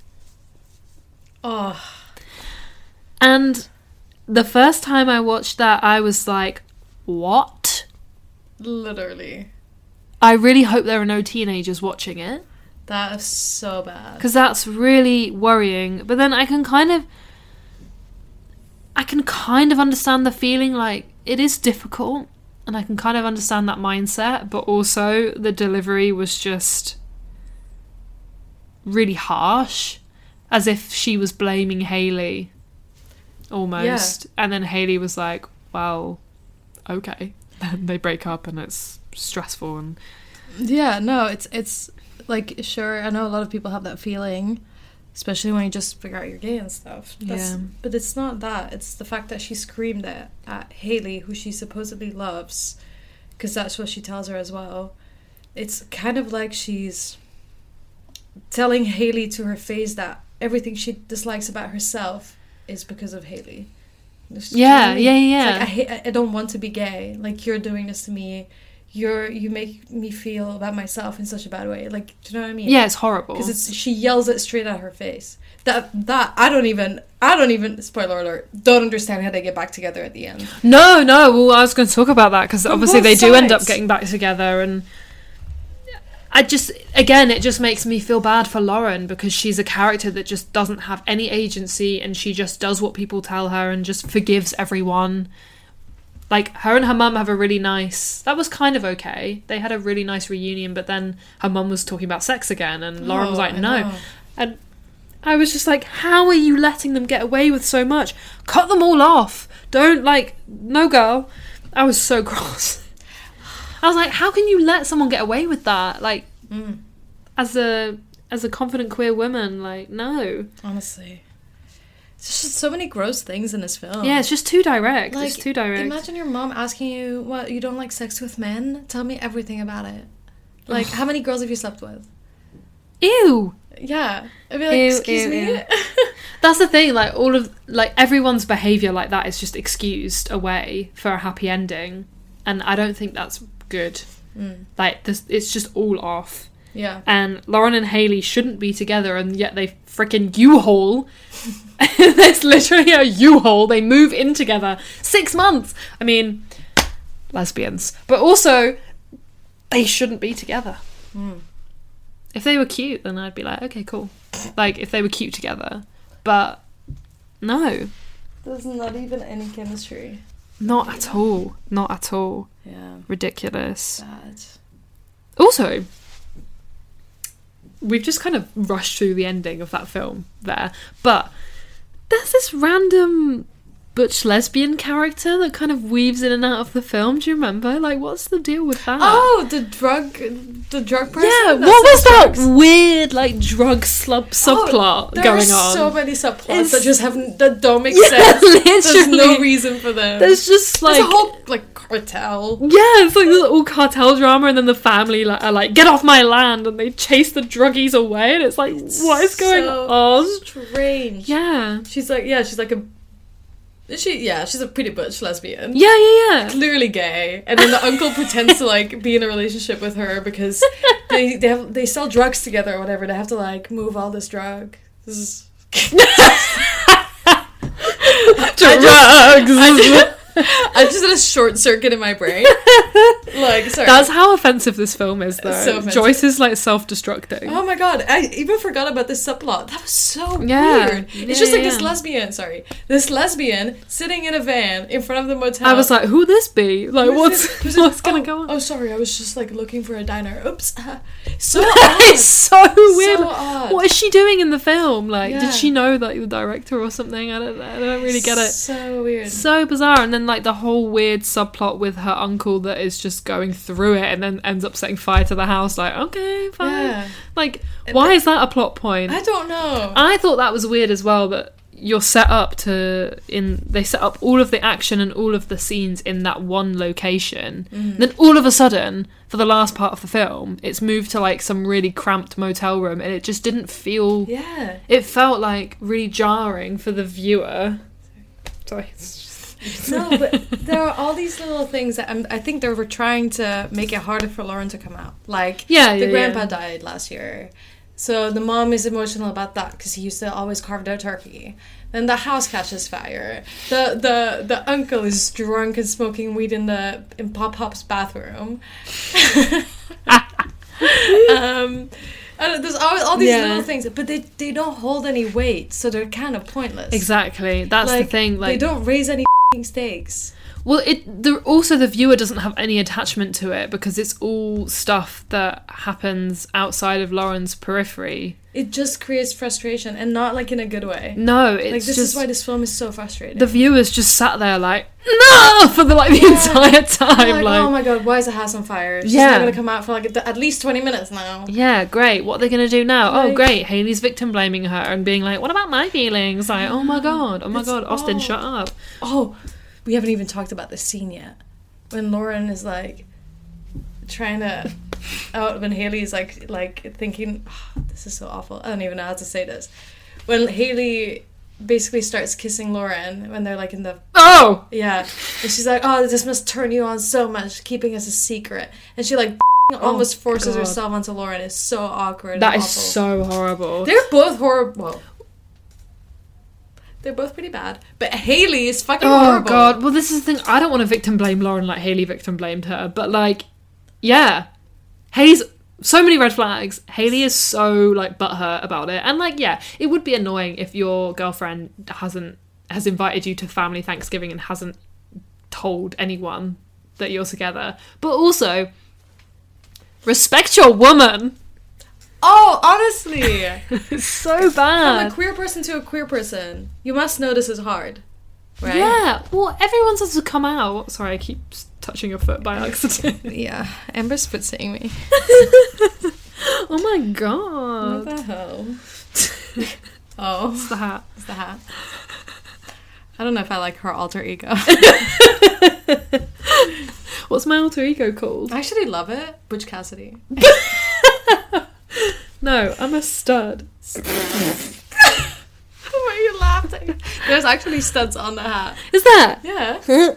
Speaker 3: oh
Speaker 2: And the first time I watched that, I was like, what?
Speaker 3: literally
Speaker 2: I really hope there are no teenagers watching it.
Speaker 3: that is so bad
Speaker 2: because that's really worrying. But then I can kind of, I can kind of understand the feeling like it is difficult, and I can kind of understand that mindset. But also the delivery was just really harsh, as if she was blaming Haley, almost. And then Haley was like, "Well, okay." Then they break up, and it's stressful and
Speaker 3: yeah no it's it's like sure i know a lot of people have that feeling especially when you just figure out you're gay and stuff That's-
Speaker 2: Yeah.
Speaker 3: but it's not that it's the fact that she screamed at, at haley who she supposedly loves because that's what she tells her as well it's kind of like she's telling Haley to her face that everything she dislikes about herself is because of Haley. It's-
Speaker 2: Yeah,
Speaker 3: you know what I mean?
Speaker 2: yeah, yeah,
Speaker 3: It's
Speaker 2: yeah.
Speaker 3: like, I, hate, I don't want to be gay. Like you're doing this to me. You're you make me feel about myself in such a bad way. Like do you know what I mean?
Speaker 2: yeah, it's horrible.
Speaker 3: Because it's she yells it straight at her face. That that I don't even I don't even spoiler alert don't understand how they get back together at the end.
Speaker 2: No, no. Well, I was going to talk about that because
Speaker 3: From
Speaker 2: obviously
Speaker 3: both
Speaker 2: they do end up
Speaker 3: sides.
Speaker 2: getting back together, and I just again it just makes me feel bad for Lauren because she's a character that just doesn't have any agency and she just does what people tell her and just forgives everyone. Like her and her mum have a really nice. That was kind of okay. They had a really nice reunion, but then her mum was talking about sex again, and Lauren was
Speaker 3: Oh,
Speaker 2: like,
Speaker 3: I
Speaker 2: "No,"
Speaker 3: know.
Speaker 2: and I was just like, how are you letting them get away with so much? Cut them all off. Don't like no girl. I was so cross. I was like, how can you let someone get away with that? Like
Speaker 3: Mm.
Speaker 2: as a as a confident queer woman, like no.
Speaker 3: Honestly, it's just so many gross things in this film.
Speaker 2: Yeah, it's just too direct. it's too direct.
Speaker 3: Oh. Imagine your mom asking you, "What you don't like sex with men? Tell me everything about it." Like, how many girls have you slept with?
Speaker 2: Ew.
Speaker 3: Yeah, I'd be like,
Speaker 2: Ew,
Speaker 3: "Excuse
Speaker 2: ew,
Speaker 3: me."
Speaker 2: ew. That's the thing, like all of like everyone's behaviour like that is just excused away for a happy ending. And I don't think that's good. Like this it's just all off.
Speaker 3: yeah,
Speaker 2: and Lauren and Haley shouldn't be together, and yet they frickin' U-Haul. There's literally a U-Haul. They move in together. Six months. I mean, lesbians. But also, they shouldn't be together. If they were cute, then I'd be like, okay, cool. Like if they were cute together, but no,
Speaker 3: There's not even any chemistry.
Speaker 2: not at all, not at all.
Speaker 3: Yeah,
Speaker 2: Ridiculous.
Speaker 3: bad.
Speaker 2: Also, we've just kind of rushed through the ending of that film there, but there's this random butch lesbian character that kind of weaves in and out of the film. Do you remember? Like, what's the deal with that?
Speaker 3: Oh, the drug, the drug person.
Speaker 2: yeah. What
Speaker 3: that
Speaker 2: was
Speaker 3: sells
Speaker 2: that
Speaker 3: drugs?
Speaker 2: weird like drug slub
Speaker 3: Oh,
Speaker 2: subplot
Speaker 3: there
Speaker 2: going
Speaker 3: are
Speaker 2: on?
Speaker 3: So many subplots
Speaker 2: It's-
Speaker 3: that just haven't that don't make
Speaker 2: Yeah,
Speaker 3: sense. There's no
Speaker 2: literally.
Speaker 3: reason for them.
Speaker 2: There's just like
Speaker 3: There's a whole like cartel.
Speaker 2: Yeah, it's like this all cartel drama, and then the family like, are like, "Get off my land!" and they chase the druggies away, and it's like, what is going
Speaker 3: So
Speaker 2: on?
Speaker 3: Strange.
Speaker 2: Yeah,
Speaker 3: She's like yeah, she's like a. is She yeah, she's a pretty butch lesbian.
Speaker 2: yeah, yeah, yeah.
Speaker 3: Clearly gay, and then the uncle pretends to like be in a relationship with her because they they have, they sell drugs together or whatever. They have to like move all this drug. This is
Speaker 2: Drugs.
Speaker 3: I just had a short circuit in my brain. like sorry.
Speaker 2: That's how offensive this film is, though.
Speaker 3: So offensive.
Speaker 2: Joyce is like self-destructing.
Speaker 3: Oh my god, I even forgot about this subplot. That was so
Speaker 2: Yeah.
Speaker 3: weird. It's
Speaker 2: Yeah,
Speaker 3: just like
Speaker 2: yeah,
Speaker 3: this
Speaker 2: yeah.
Speaker 3: lesbian, sorry, this lesbian sitting in a van in front of the motel.
Speaker 2: I was like, who this be? Like,
Speaker 3: Who's
Speaker 2: what's
Speaker 3: this? Who's this?
Speaker 2: what's gonna
Speaker 3: oh,
Speaker 2: go on?
Speaker 3: Oh, sorry, I was just like looking for a diner. Oops. so odd.
Speaker 2: it's so weird.
Speaker 3: So odd.
Speaker 2: What is she doing in the film? Like,
Speaker 3: Yeah.
Speaker 2: did she know like the director or something? I don't. I don't really get it.
Speaker 3: So weird.
Speaker 2: so bizarre and then like the whole weird subplot with her uncle that is just going through it and then ends up setting fire to the house like okay fine
Speaker 3: Yeah.
Speaker 2: like why is that a plot point
Speaker 3: I
Speaker 2: I,
Speaker 3: don't know.
Speaker 2: thought that was weird as well that you're set up to in they set up all of the action and all of the scenes in that one location
Speaker 3: Mm.
Speaker 2: then all of a sudden for the last part of the film it's moved to like some really cramped motel room and it just didn't feel
Speaker 3: yeah.
Speaker 2: it felt like really jarring for the viewer sorry it's just
Speaker 3: No, but there are all these little things that i I think they were trying to make it harder for Lauren to come out. Like,
Speaker 2: Yeah,
Speaker 3: the
Speaker 2: yeah,
Speaker 3: grandpa
Speaker 2: yeah.
Speaker 3: died last year. So the mom is emotional about that because he used to always carve their turkey. Then the house catches fire. The the the uncle is drunk and smoking weed in the in Pop Pop's bathroom. um, I don't, there's always all these
Speaker 2: Yeah.
Speaker 3: little things, but they they don't hold any weight, so they're kind of pointless.
Speaker 2: Exactly. That's
Speaker 3: Like,
Speaker 2: the thing. Like,
Speaker 3: they don't raise any stakes.
Speaker 2: well, it the, also the viewer doesn't have any attachment to it because it's all stuff that happens outside of Lauren's periphery.
Speaker 3: it just creates frustration and not like in a good way.
Speaker 2: No, it's
Speaker 3: like this
Speaker 2: just
Speaker 3: is why this film is so frustrating.
Speaker 2: the viewers just sat there like no for the like the entire time.
Speaker 3: like,
Speaker 2: Like,
Speaker 3: oh my god, why is the house on fire? She's
Speaker 2: Yeah.
Speaker 3: not gonna come out for like at- at least twenty minutes now.
Speaker 2: yeah, great. What are they gonna do now? oh,
Speaker 3: Like-
Speaker 2: great. Haley's victim blaming her and being like, what about my feelings? Like, oh my god, oh my god, Austin,
Speaker 3: odd.
Speaker 2: shut up.
Speaker 3: Oh, we haven't even talked about this scene yet. When Lauren is like trying to out when Haley's like like thinking "Oh, this is so awful. I don't even know how to say this. When Haley basically starts kissing Lauren when they're like in the
Speaker 2: Oh,
Speaker 3: Yeah. And she's like, oh, this must turn you on so much, keeping us a secret. And she like almost forces
Speaker 2: Oh, God.
Speaker 3: herself onto Lauren. It's so awkward. and
Speaker 2: that is
Speaker 3: awful.
Speaker 2: so horrible.
Speaker 3: They're both horrible. Well, they're both pretty bad. But Haley is fucking
Speaker 2: Oh
Speaker 3: horrible.
Speaker 2: god. Well, this is the thing. I don't want to victim blame Lauren like Haley victim blamed her, but like, yeah, Haley's so many red flags. Haley is so like butthurt about it, and like, yeah, it would be annoying if your girlfriend hasn't has invited you to family Thanksgiving and hasn't told anyone that you're together. But also, respect your woman.
Speaker 3: Oh, honestly.
Speaker 2: It's so
Speaker 3: From a
Speaker 2: bad.
Speaker 3: queer person to a queer person, you must know this is hard. Right?
Speaker 2: Yeah. Well, everyone's has to come out. Sorry, I keep s- touching your foot by accident.
Speaker 3: Yeah. Amber's footsing me.
Speaker 2: Oh my god.
Speaker 3: What the hell? oh,
Speaker 2: It's the hat.
Speaker 3: it's the Oh, hat. I don't know if I like her alter ego.
Speaker 2: What's my alter ego called?
Speaker 3: I actually love it. Butch Cassidy.
Speaker 2: No, I'm a stud.
Speaker 3: Why are you laughing? There's actually studs on the hat.
Speaker 2: Is that?
Speaker 3: Yeah.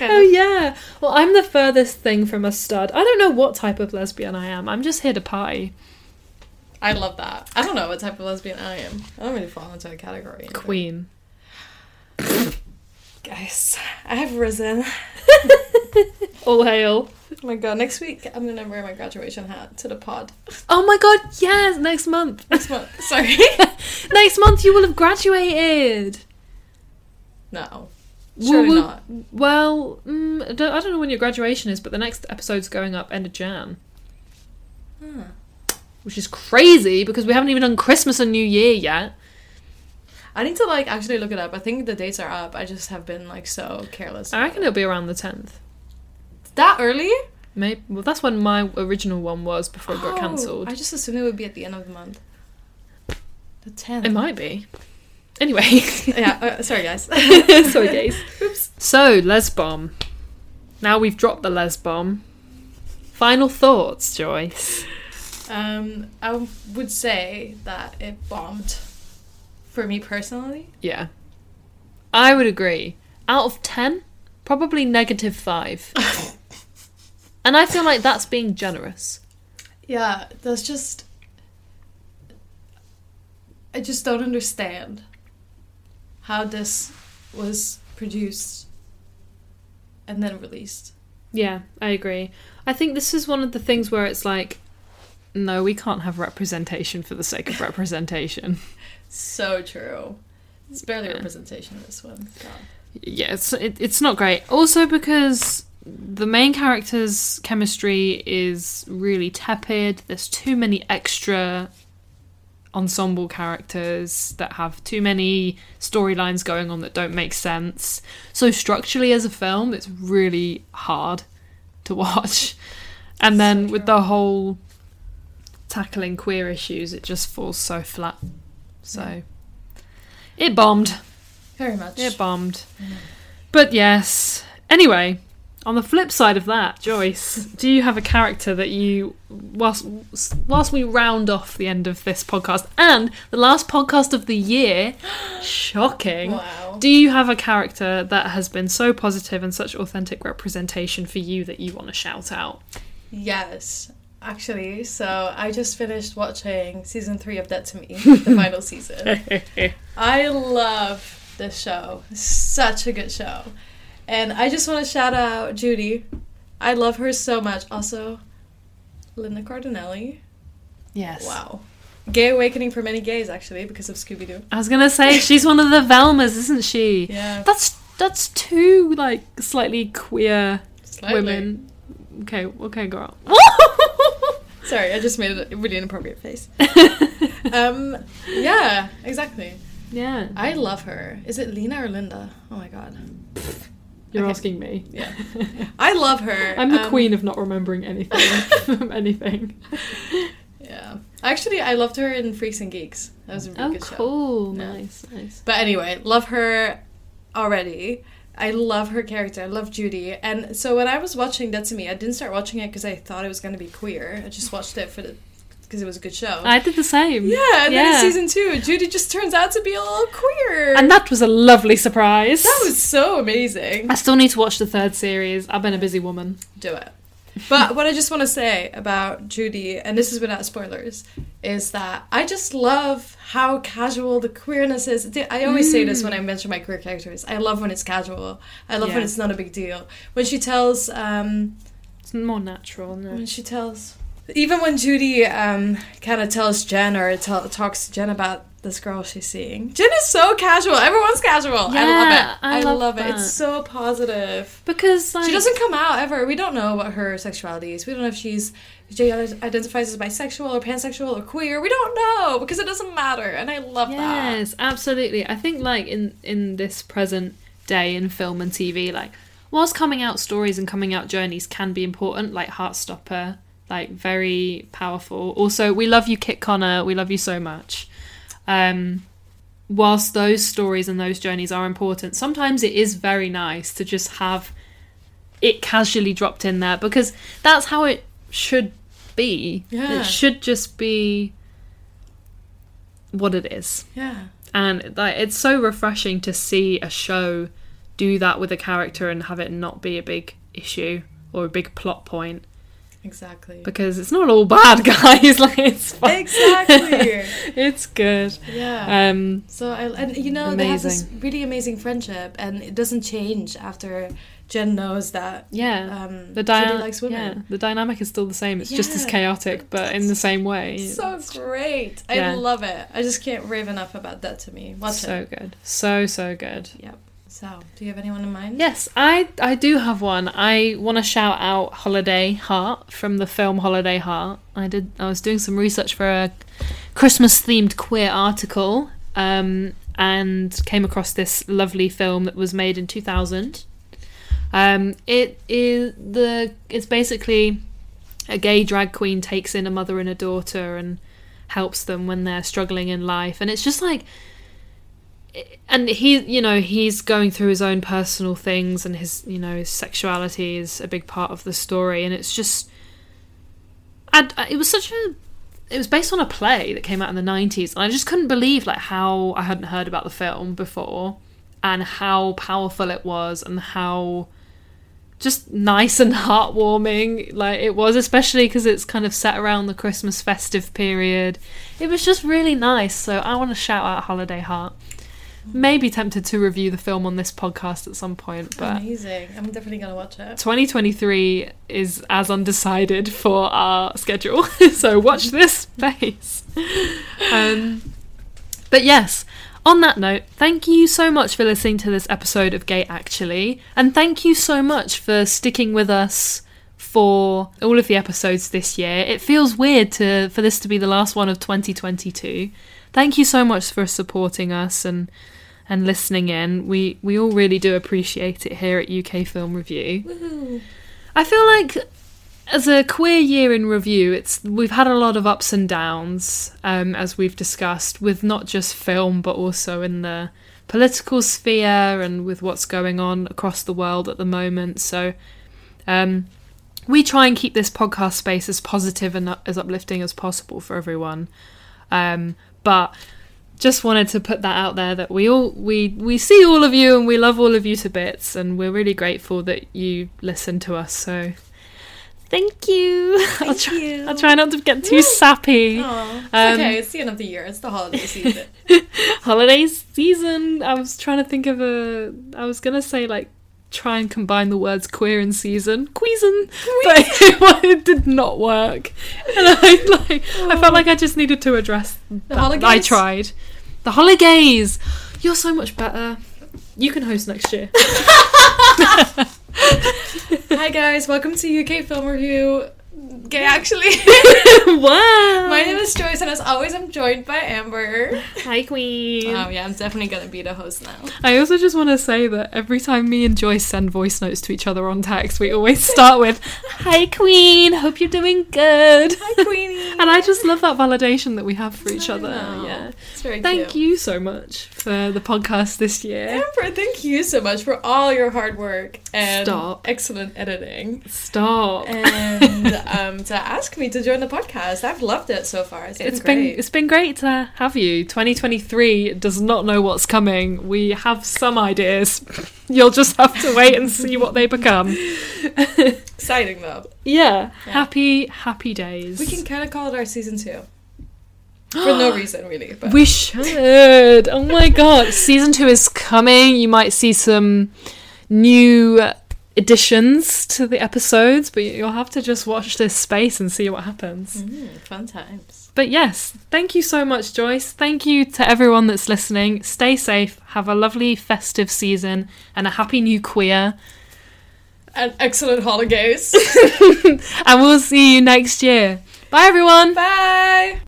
Speaker 2: Oh yeah. Well, I'm the furthest thing from a stud. I don't know what type of lesbian I am. I'm just here to party.
Speaker 3: I love that. I don't know what type of lesbian I am. I don't really fall into a category.
Speaker 2: Queen.
Speaker 3: Guys, I have risen.
Speaker 2: All hail.
Speaker 3: Oh my god, next week I'm gonna wear my graduation hat to the pod.
Speaker 2: Oh my god, yes, next month.
Speaker 3: This month, sorry.
Speaker 2: next month you will have graduated.
Speaker 3: no. Surely
Speaker 2: we'll-
Speaker 3: not.
Speaker 2: Well, mm, I don't- I don't know when your graduation is, but the next episode's going up end of Jan.
Speaker 3: Hmm.
Speaker 2: Which is crazy because we haven't even done Christmas and New Year yet.
Speaker 3: I need to like actually look it up. I think the dates are up. I just have been like so careless.
Speaker 2: I reckon it'll be around the 10th.
Speaker 3: that early?
Speaker 2: Maybe, well, that's when my original one was before it got
Speaker 3: Oh,
Speaker 2: cancelled.
Speaker 3: I just assumed it would be at the end of the month. The 10th.
Speaker 2: It might be. Anyway,
Speaker 3: yeah, uh, sorry guys.
Speaker 2: sorry, guys. Oops. So, Les Bomb. Now we've dropped the Les Bomb. Final thoughts, Joyce.
Speaker 3: um, I would say that it bombed for me personally.
Speaker 2: Yeah. I would agree. Out of 10, probably negative 5. and I feel like that's being generous.
Speaker 3: Yeah, that's just. I just don't understand how this was produced and then released.
Speaker 2: Yeah, I agree. I think this is one of the things where it's like, no, we can't have representation for the sake of representation.
Speaker 3: So true. It's barely representation in this one.
Speaker 2: yeah, it's, it, it's not great. Also, because the main character's chemistry is really tepid, there's too many extra ensemble characters that have too many storylines going on that don't make sense. So, structurally, as a film, it's really hard to watch. And then with the whole tackling queer issues, it just falls so flat. So, it bombed.
Speaker 3: Very much.
Speaker 2: It bombed. But yes. Anyway, on the flip side of that, Joyce, do you have a character that you whilst whilst we round off the end of this podcast and the last podcast of the year, shocking.
Speaker 3: Wow.
Speaker 2: Do you have a character that has been so positive and such authentic representation for you that you want to shout out?
Speaker 3: Yes, actually. So I just finished watching season three of Dead to Me, the final season. I love this show. Such a good show. And I just want to shout out Judy. I love her so much. Also, Linda Cardinelli.
Speaker 2: Yes.
Speaker 3: Wow. Gay awakening for many gays, actually, because of Scooby Doo.
Speaker 2: I was gonna say she's one of the Velmas, isn't she?
Speaker 3: Yeah.
Speaker 2: That's that's two like slightly queer
Speaker 3: Slightly.
Speaker 2: women. Okay, okay, girl.
Speaker 3: Sorry, I just made a really inappropriate face. um, yeah, exactly.
Speaker 2: yeah,
Speaker 3: I love her. Is it Lena or Linda? Oh my god.
Speaker 2: you're
Speaker 3: okay.
Speaker 2: asking me.
Speaker 3: Yeah. I love her.
Speaker 2: I'm the
Speaker 3: Um,
Speaker 2: queen of not remembering anything. from anything.
Speaker 3: Yeah. Actually, I loved her in Freaks and Geeks. That was a really
Speaker 2: Oh,
Speaker 3: good show.
Speaker 2: cool.
Speaker 3: Yeah.
Speaker 2: Nice, nice.
Speaker 3: But anyway, love her already. I love her character. I love Judy. And so when I was watching Dead to Me, I didn't start watching it because I thought it was going to be queer. I just watched it for the because it was a good show.
Speaker 2: I did the same.
Speaker 3: yeah, and then in season two, Judy just turns out to be a little queer.
Speaker 2: And that was a lovely surprise.
Speaker 3: that was so amazing.
Speaker 2: I still need to watch the third series. I've been a busy woman.
Speaker 3: do it. But what I just want to say about Judy, and this is without spoilers, is that I just love how casual the queerness is. Th- I always say this when I mention my queer characters. I love when it's casual. I love when
Speaker 2: Mm. Yeah.
Speaker 3: it's not a big deal. When she tells, um,
Speaker 2: It's more natural. No.
Speaker 3: when she tells, even when Judy um, kind of tells Jen or tell talks to Jen about this girl she's seeing, Jen is so casual. Everyone's casual. I love
Speaker 2: Yeah,
Speaker 3: it.
Speaker 2: I
Speaker 3: I,
Speaker 2: love
Speaker 3: love it.
Speaker 2: that.
Speaker 3: It's so positive.
Speaker 2: Because like
Speaker 3: She doesn't come out ever. We don't know what her sexuality is. We don't know if she's she identifies as bisexual or pansexual or queer. We don't know because it doesn't matter. And I love that.
Speaker 2: Yes, absolutely. I think like in in this present day in film and TV, like whilst coming out stories and coming out journeys can be important, like Heartstopper, like very powerful. Also, we love you, Kit Connor. We love you so much. Um, whilst those stories and those journeys are important, sometimes it is very nice to just have it casually dropped in there because that's how it should be.
Speaker 3: Yeah.
Speaker 2: It should just be what it is
Speaker 3: Yeah.
Speaker 2: and like it's so refreshing to see a show do that with a character and have it not be a big issue or a big plot point
Speaker 3: Exactly.
Speaker 2: because it's not all bad, guys. like it's fine.
Speaker 3: Exactly.
Speaker 2: it's good.
Speaker 3: yeah.
Speaker 2: Um,
Speaker 3: so I and you know they have this
Speaker 2: amazing.
Speaker 3: really amazing friendship, and it doesn't change after Jen knows that.
Speaker 2: yeah.
Speaker 3: Um,
Speaker 2: the
Speaker 3: Judy
Speaker 2: dyna-
Speaker 3: likes
Speaker 2: Yeah,
Speaker 3: women.
Speaker 2: the dynamic is still the same. It's just as
Speaker 3: Yeah.
Speaker 2: chaotic, but in the same way.
Speaker 3: So great! I
Speaker 2: Yeah.
Speaker 3: love it. I just can't rave enough about that to me. Watch it.
Speaker 2: so good. So so good.
Speaker 3: Yep. So, do you have anyone in mind?
Speaker 2: Yes, I I do have one. I want to shout out Holiday Heart from the film Holiday Heart. I did. I was doing some research for a Christmas themed queer article, um, and came across this lovely film that was made in two thousand. Um, it is the it's basically a gay drag queen takes in a mother and a daughter and helps them when they're struggling in life, and it's just like and he you know he's going through his own personal things and his you know his sexuality is a big part of the story and it's just and uh, it was such a it was based on a play that came out in the 90s and i just couldn't believe like how i hadn't heard about the film before and how powerful it was and how just nice and heartwarming like it was especially because it's kind of set around the christmas festive period it was just really nice so i want to shout out holiday heart may be tempted to review the film on this podcast at some point but
Speaker 3: Amazing. I'm definitely gonna watch it.
Speaker 2: 2023 is as undecided for our schedule, so watch this space. Um, but yes, on that note, thank you so much for listening to this episode of Gay Actually, and thank you so much for sticking with us for all of the episodes this year. It feels weird to for this to be the last one of 2022. Thank you so much for supporting us and and listening in. We we all really do appreciate it here at UK Film Review. I feel like as a queer year in review, it's we've had a lot of ups and downs, um, as we've discussed, with not just film but also in the political sphere and with what's going on across the world at the moment. So, um, we try and keep this podcast space as positive and as uplifting as possible for everyone. Um, but just wanted to put that out there that we all we we see all of you and we love all of you to bits and we're really grateful that you listen to us so thank you I'll, try,
Speaker 3: you.
Speaker 2: I'll try not to get too sappy
Speaker 3: Aw, it's
Speaker 2: Um,
Speaker 3: okay, it's the end of the year. It's the holiday season.
Speaker 2: holiday season i was trying to think of a i was gonna say like try and combine the words queer and season queason but it, did not work and i like i felt like i just needed to address that. i
Speaker 3: holidays?
Speaker 2: tried the holidays you're so much better you can host next year
Speaker 3: Hi guys, welcome to UK Film Review. Gay actually.
Speaker 2: wow
Speaker 3: My name is Joyce and as always I'm joined by Amber.
Speaker 2: hi queen
Speaker 3: Oh yeah, I'm definitely gonna be the host now.
Speaker 2: I also just want to say that every time me and Joyce send voice notes to each other on text, we always start with, Hi Queen, hope you're doing good. Hi
Speaker 3: Queenie.
Speaker 2: and I just love that validation that we have for each other.
Speaker 3: know.
Speaker 2: Oh, Yeah.
Speaker 3: It's very
Speaker 2: Thank
Speaker 3: cute.
Speaker 2: you so much for the podcast this year.
Speaker 3: Amber, thank you so much for all your hard work and
Speaker 2: Stop.
Speaker 3: excellent editing.
Speaker 2: Stop.
Speaker 3: And um, to ask me to join the podcast. I've loved it so far. It's been
Speaker 2: It's
Speaker 3: great.
Speaker 2: been it's been great to have you. 2023 does not know what's coming. We have some ideas. You'll just have to wait and see what they become.
Speaker 3: exciting though.
Speaker 2: Yeah. Happy happy days.
Speaker 3: We can kind of call it our season two. For no reason, really. But
Speaker 2: We should. Oh my god, season two is coming. You might see some new additions to the episodes, but you'll have to just watch this space and see what happens.
Speaker 3: fun times.
Speaker 2: But yes, thank you so much, Joyce. Thank you to everyone that's listening. Stay safe. Have a lovely festive season and a happy new queer.
Speaker 3: And excellent holidays.
Speaker 2: And we'll see you next year. Bye, everyone.
Speaker 3: Bye.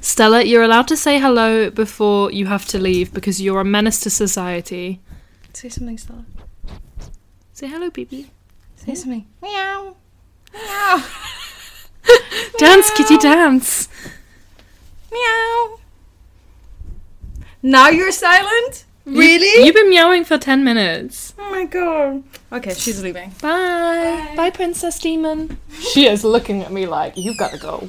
Speaker 2: Stella, you're allowed to say hello before you have to leave because you're a menace to society.
Speaker 3: Say something, Stella.
Speaker 2: Say hello, baby.
Speaker 3: Say something.
Speaker 2: Dance, kitty, dance.
Speaker 3: Meow. Now you're silent? Really?
Speaker 2: You've been meowing for 10 minutes.
Speaker 3: oh my god. Okay, she's leaving.
Speaker 2: Bye. Bye, Princess Demon. She is looking at me like, you've got to go.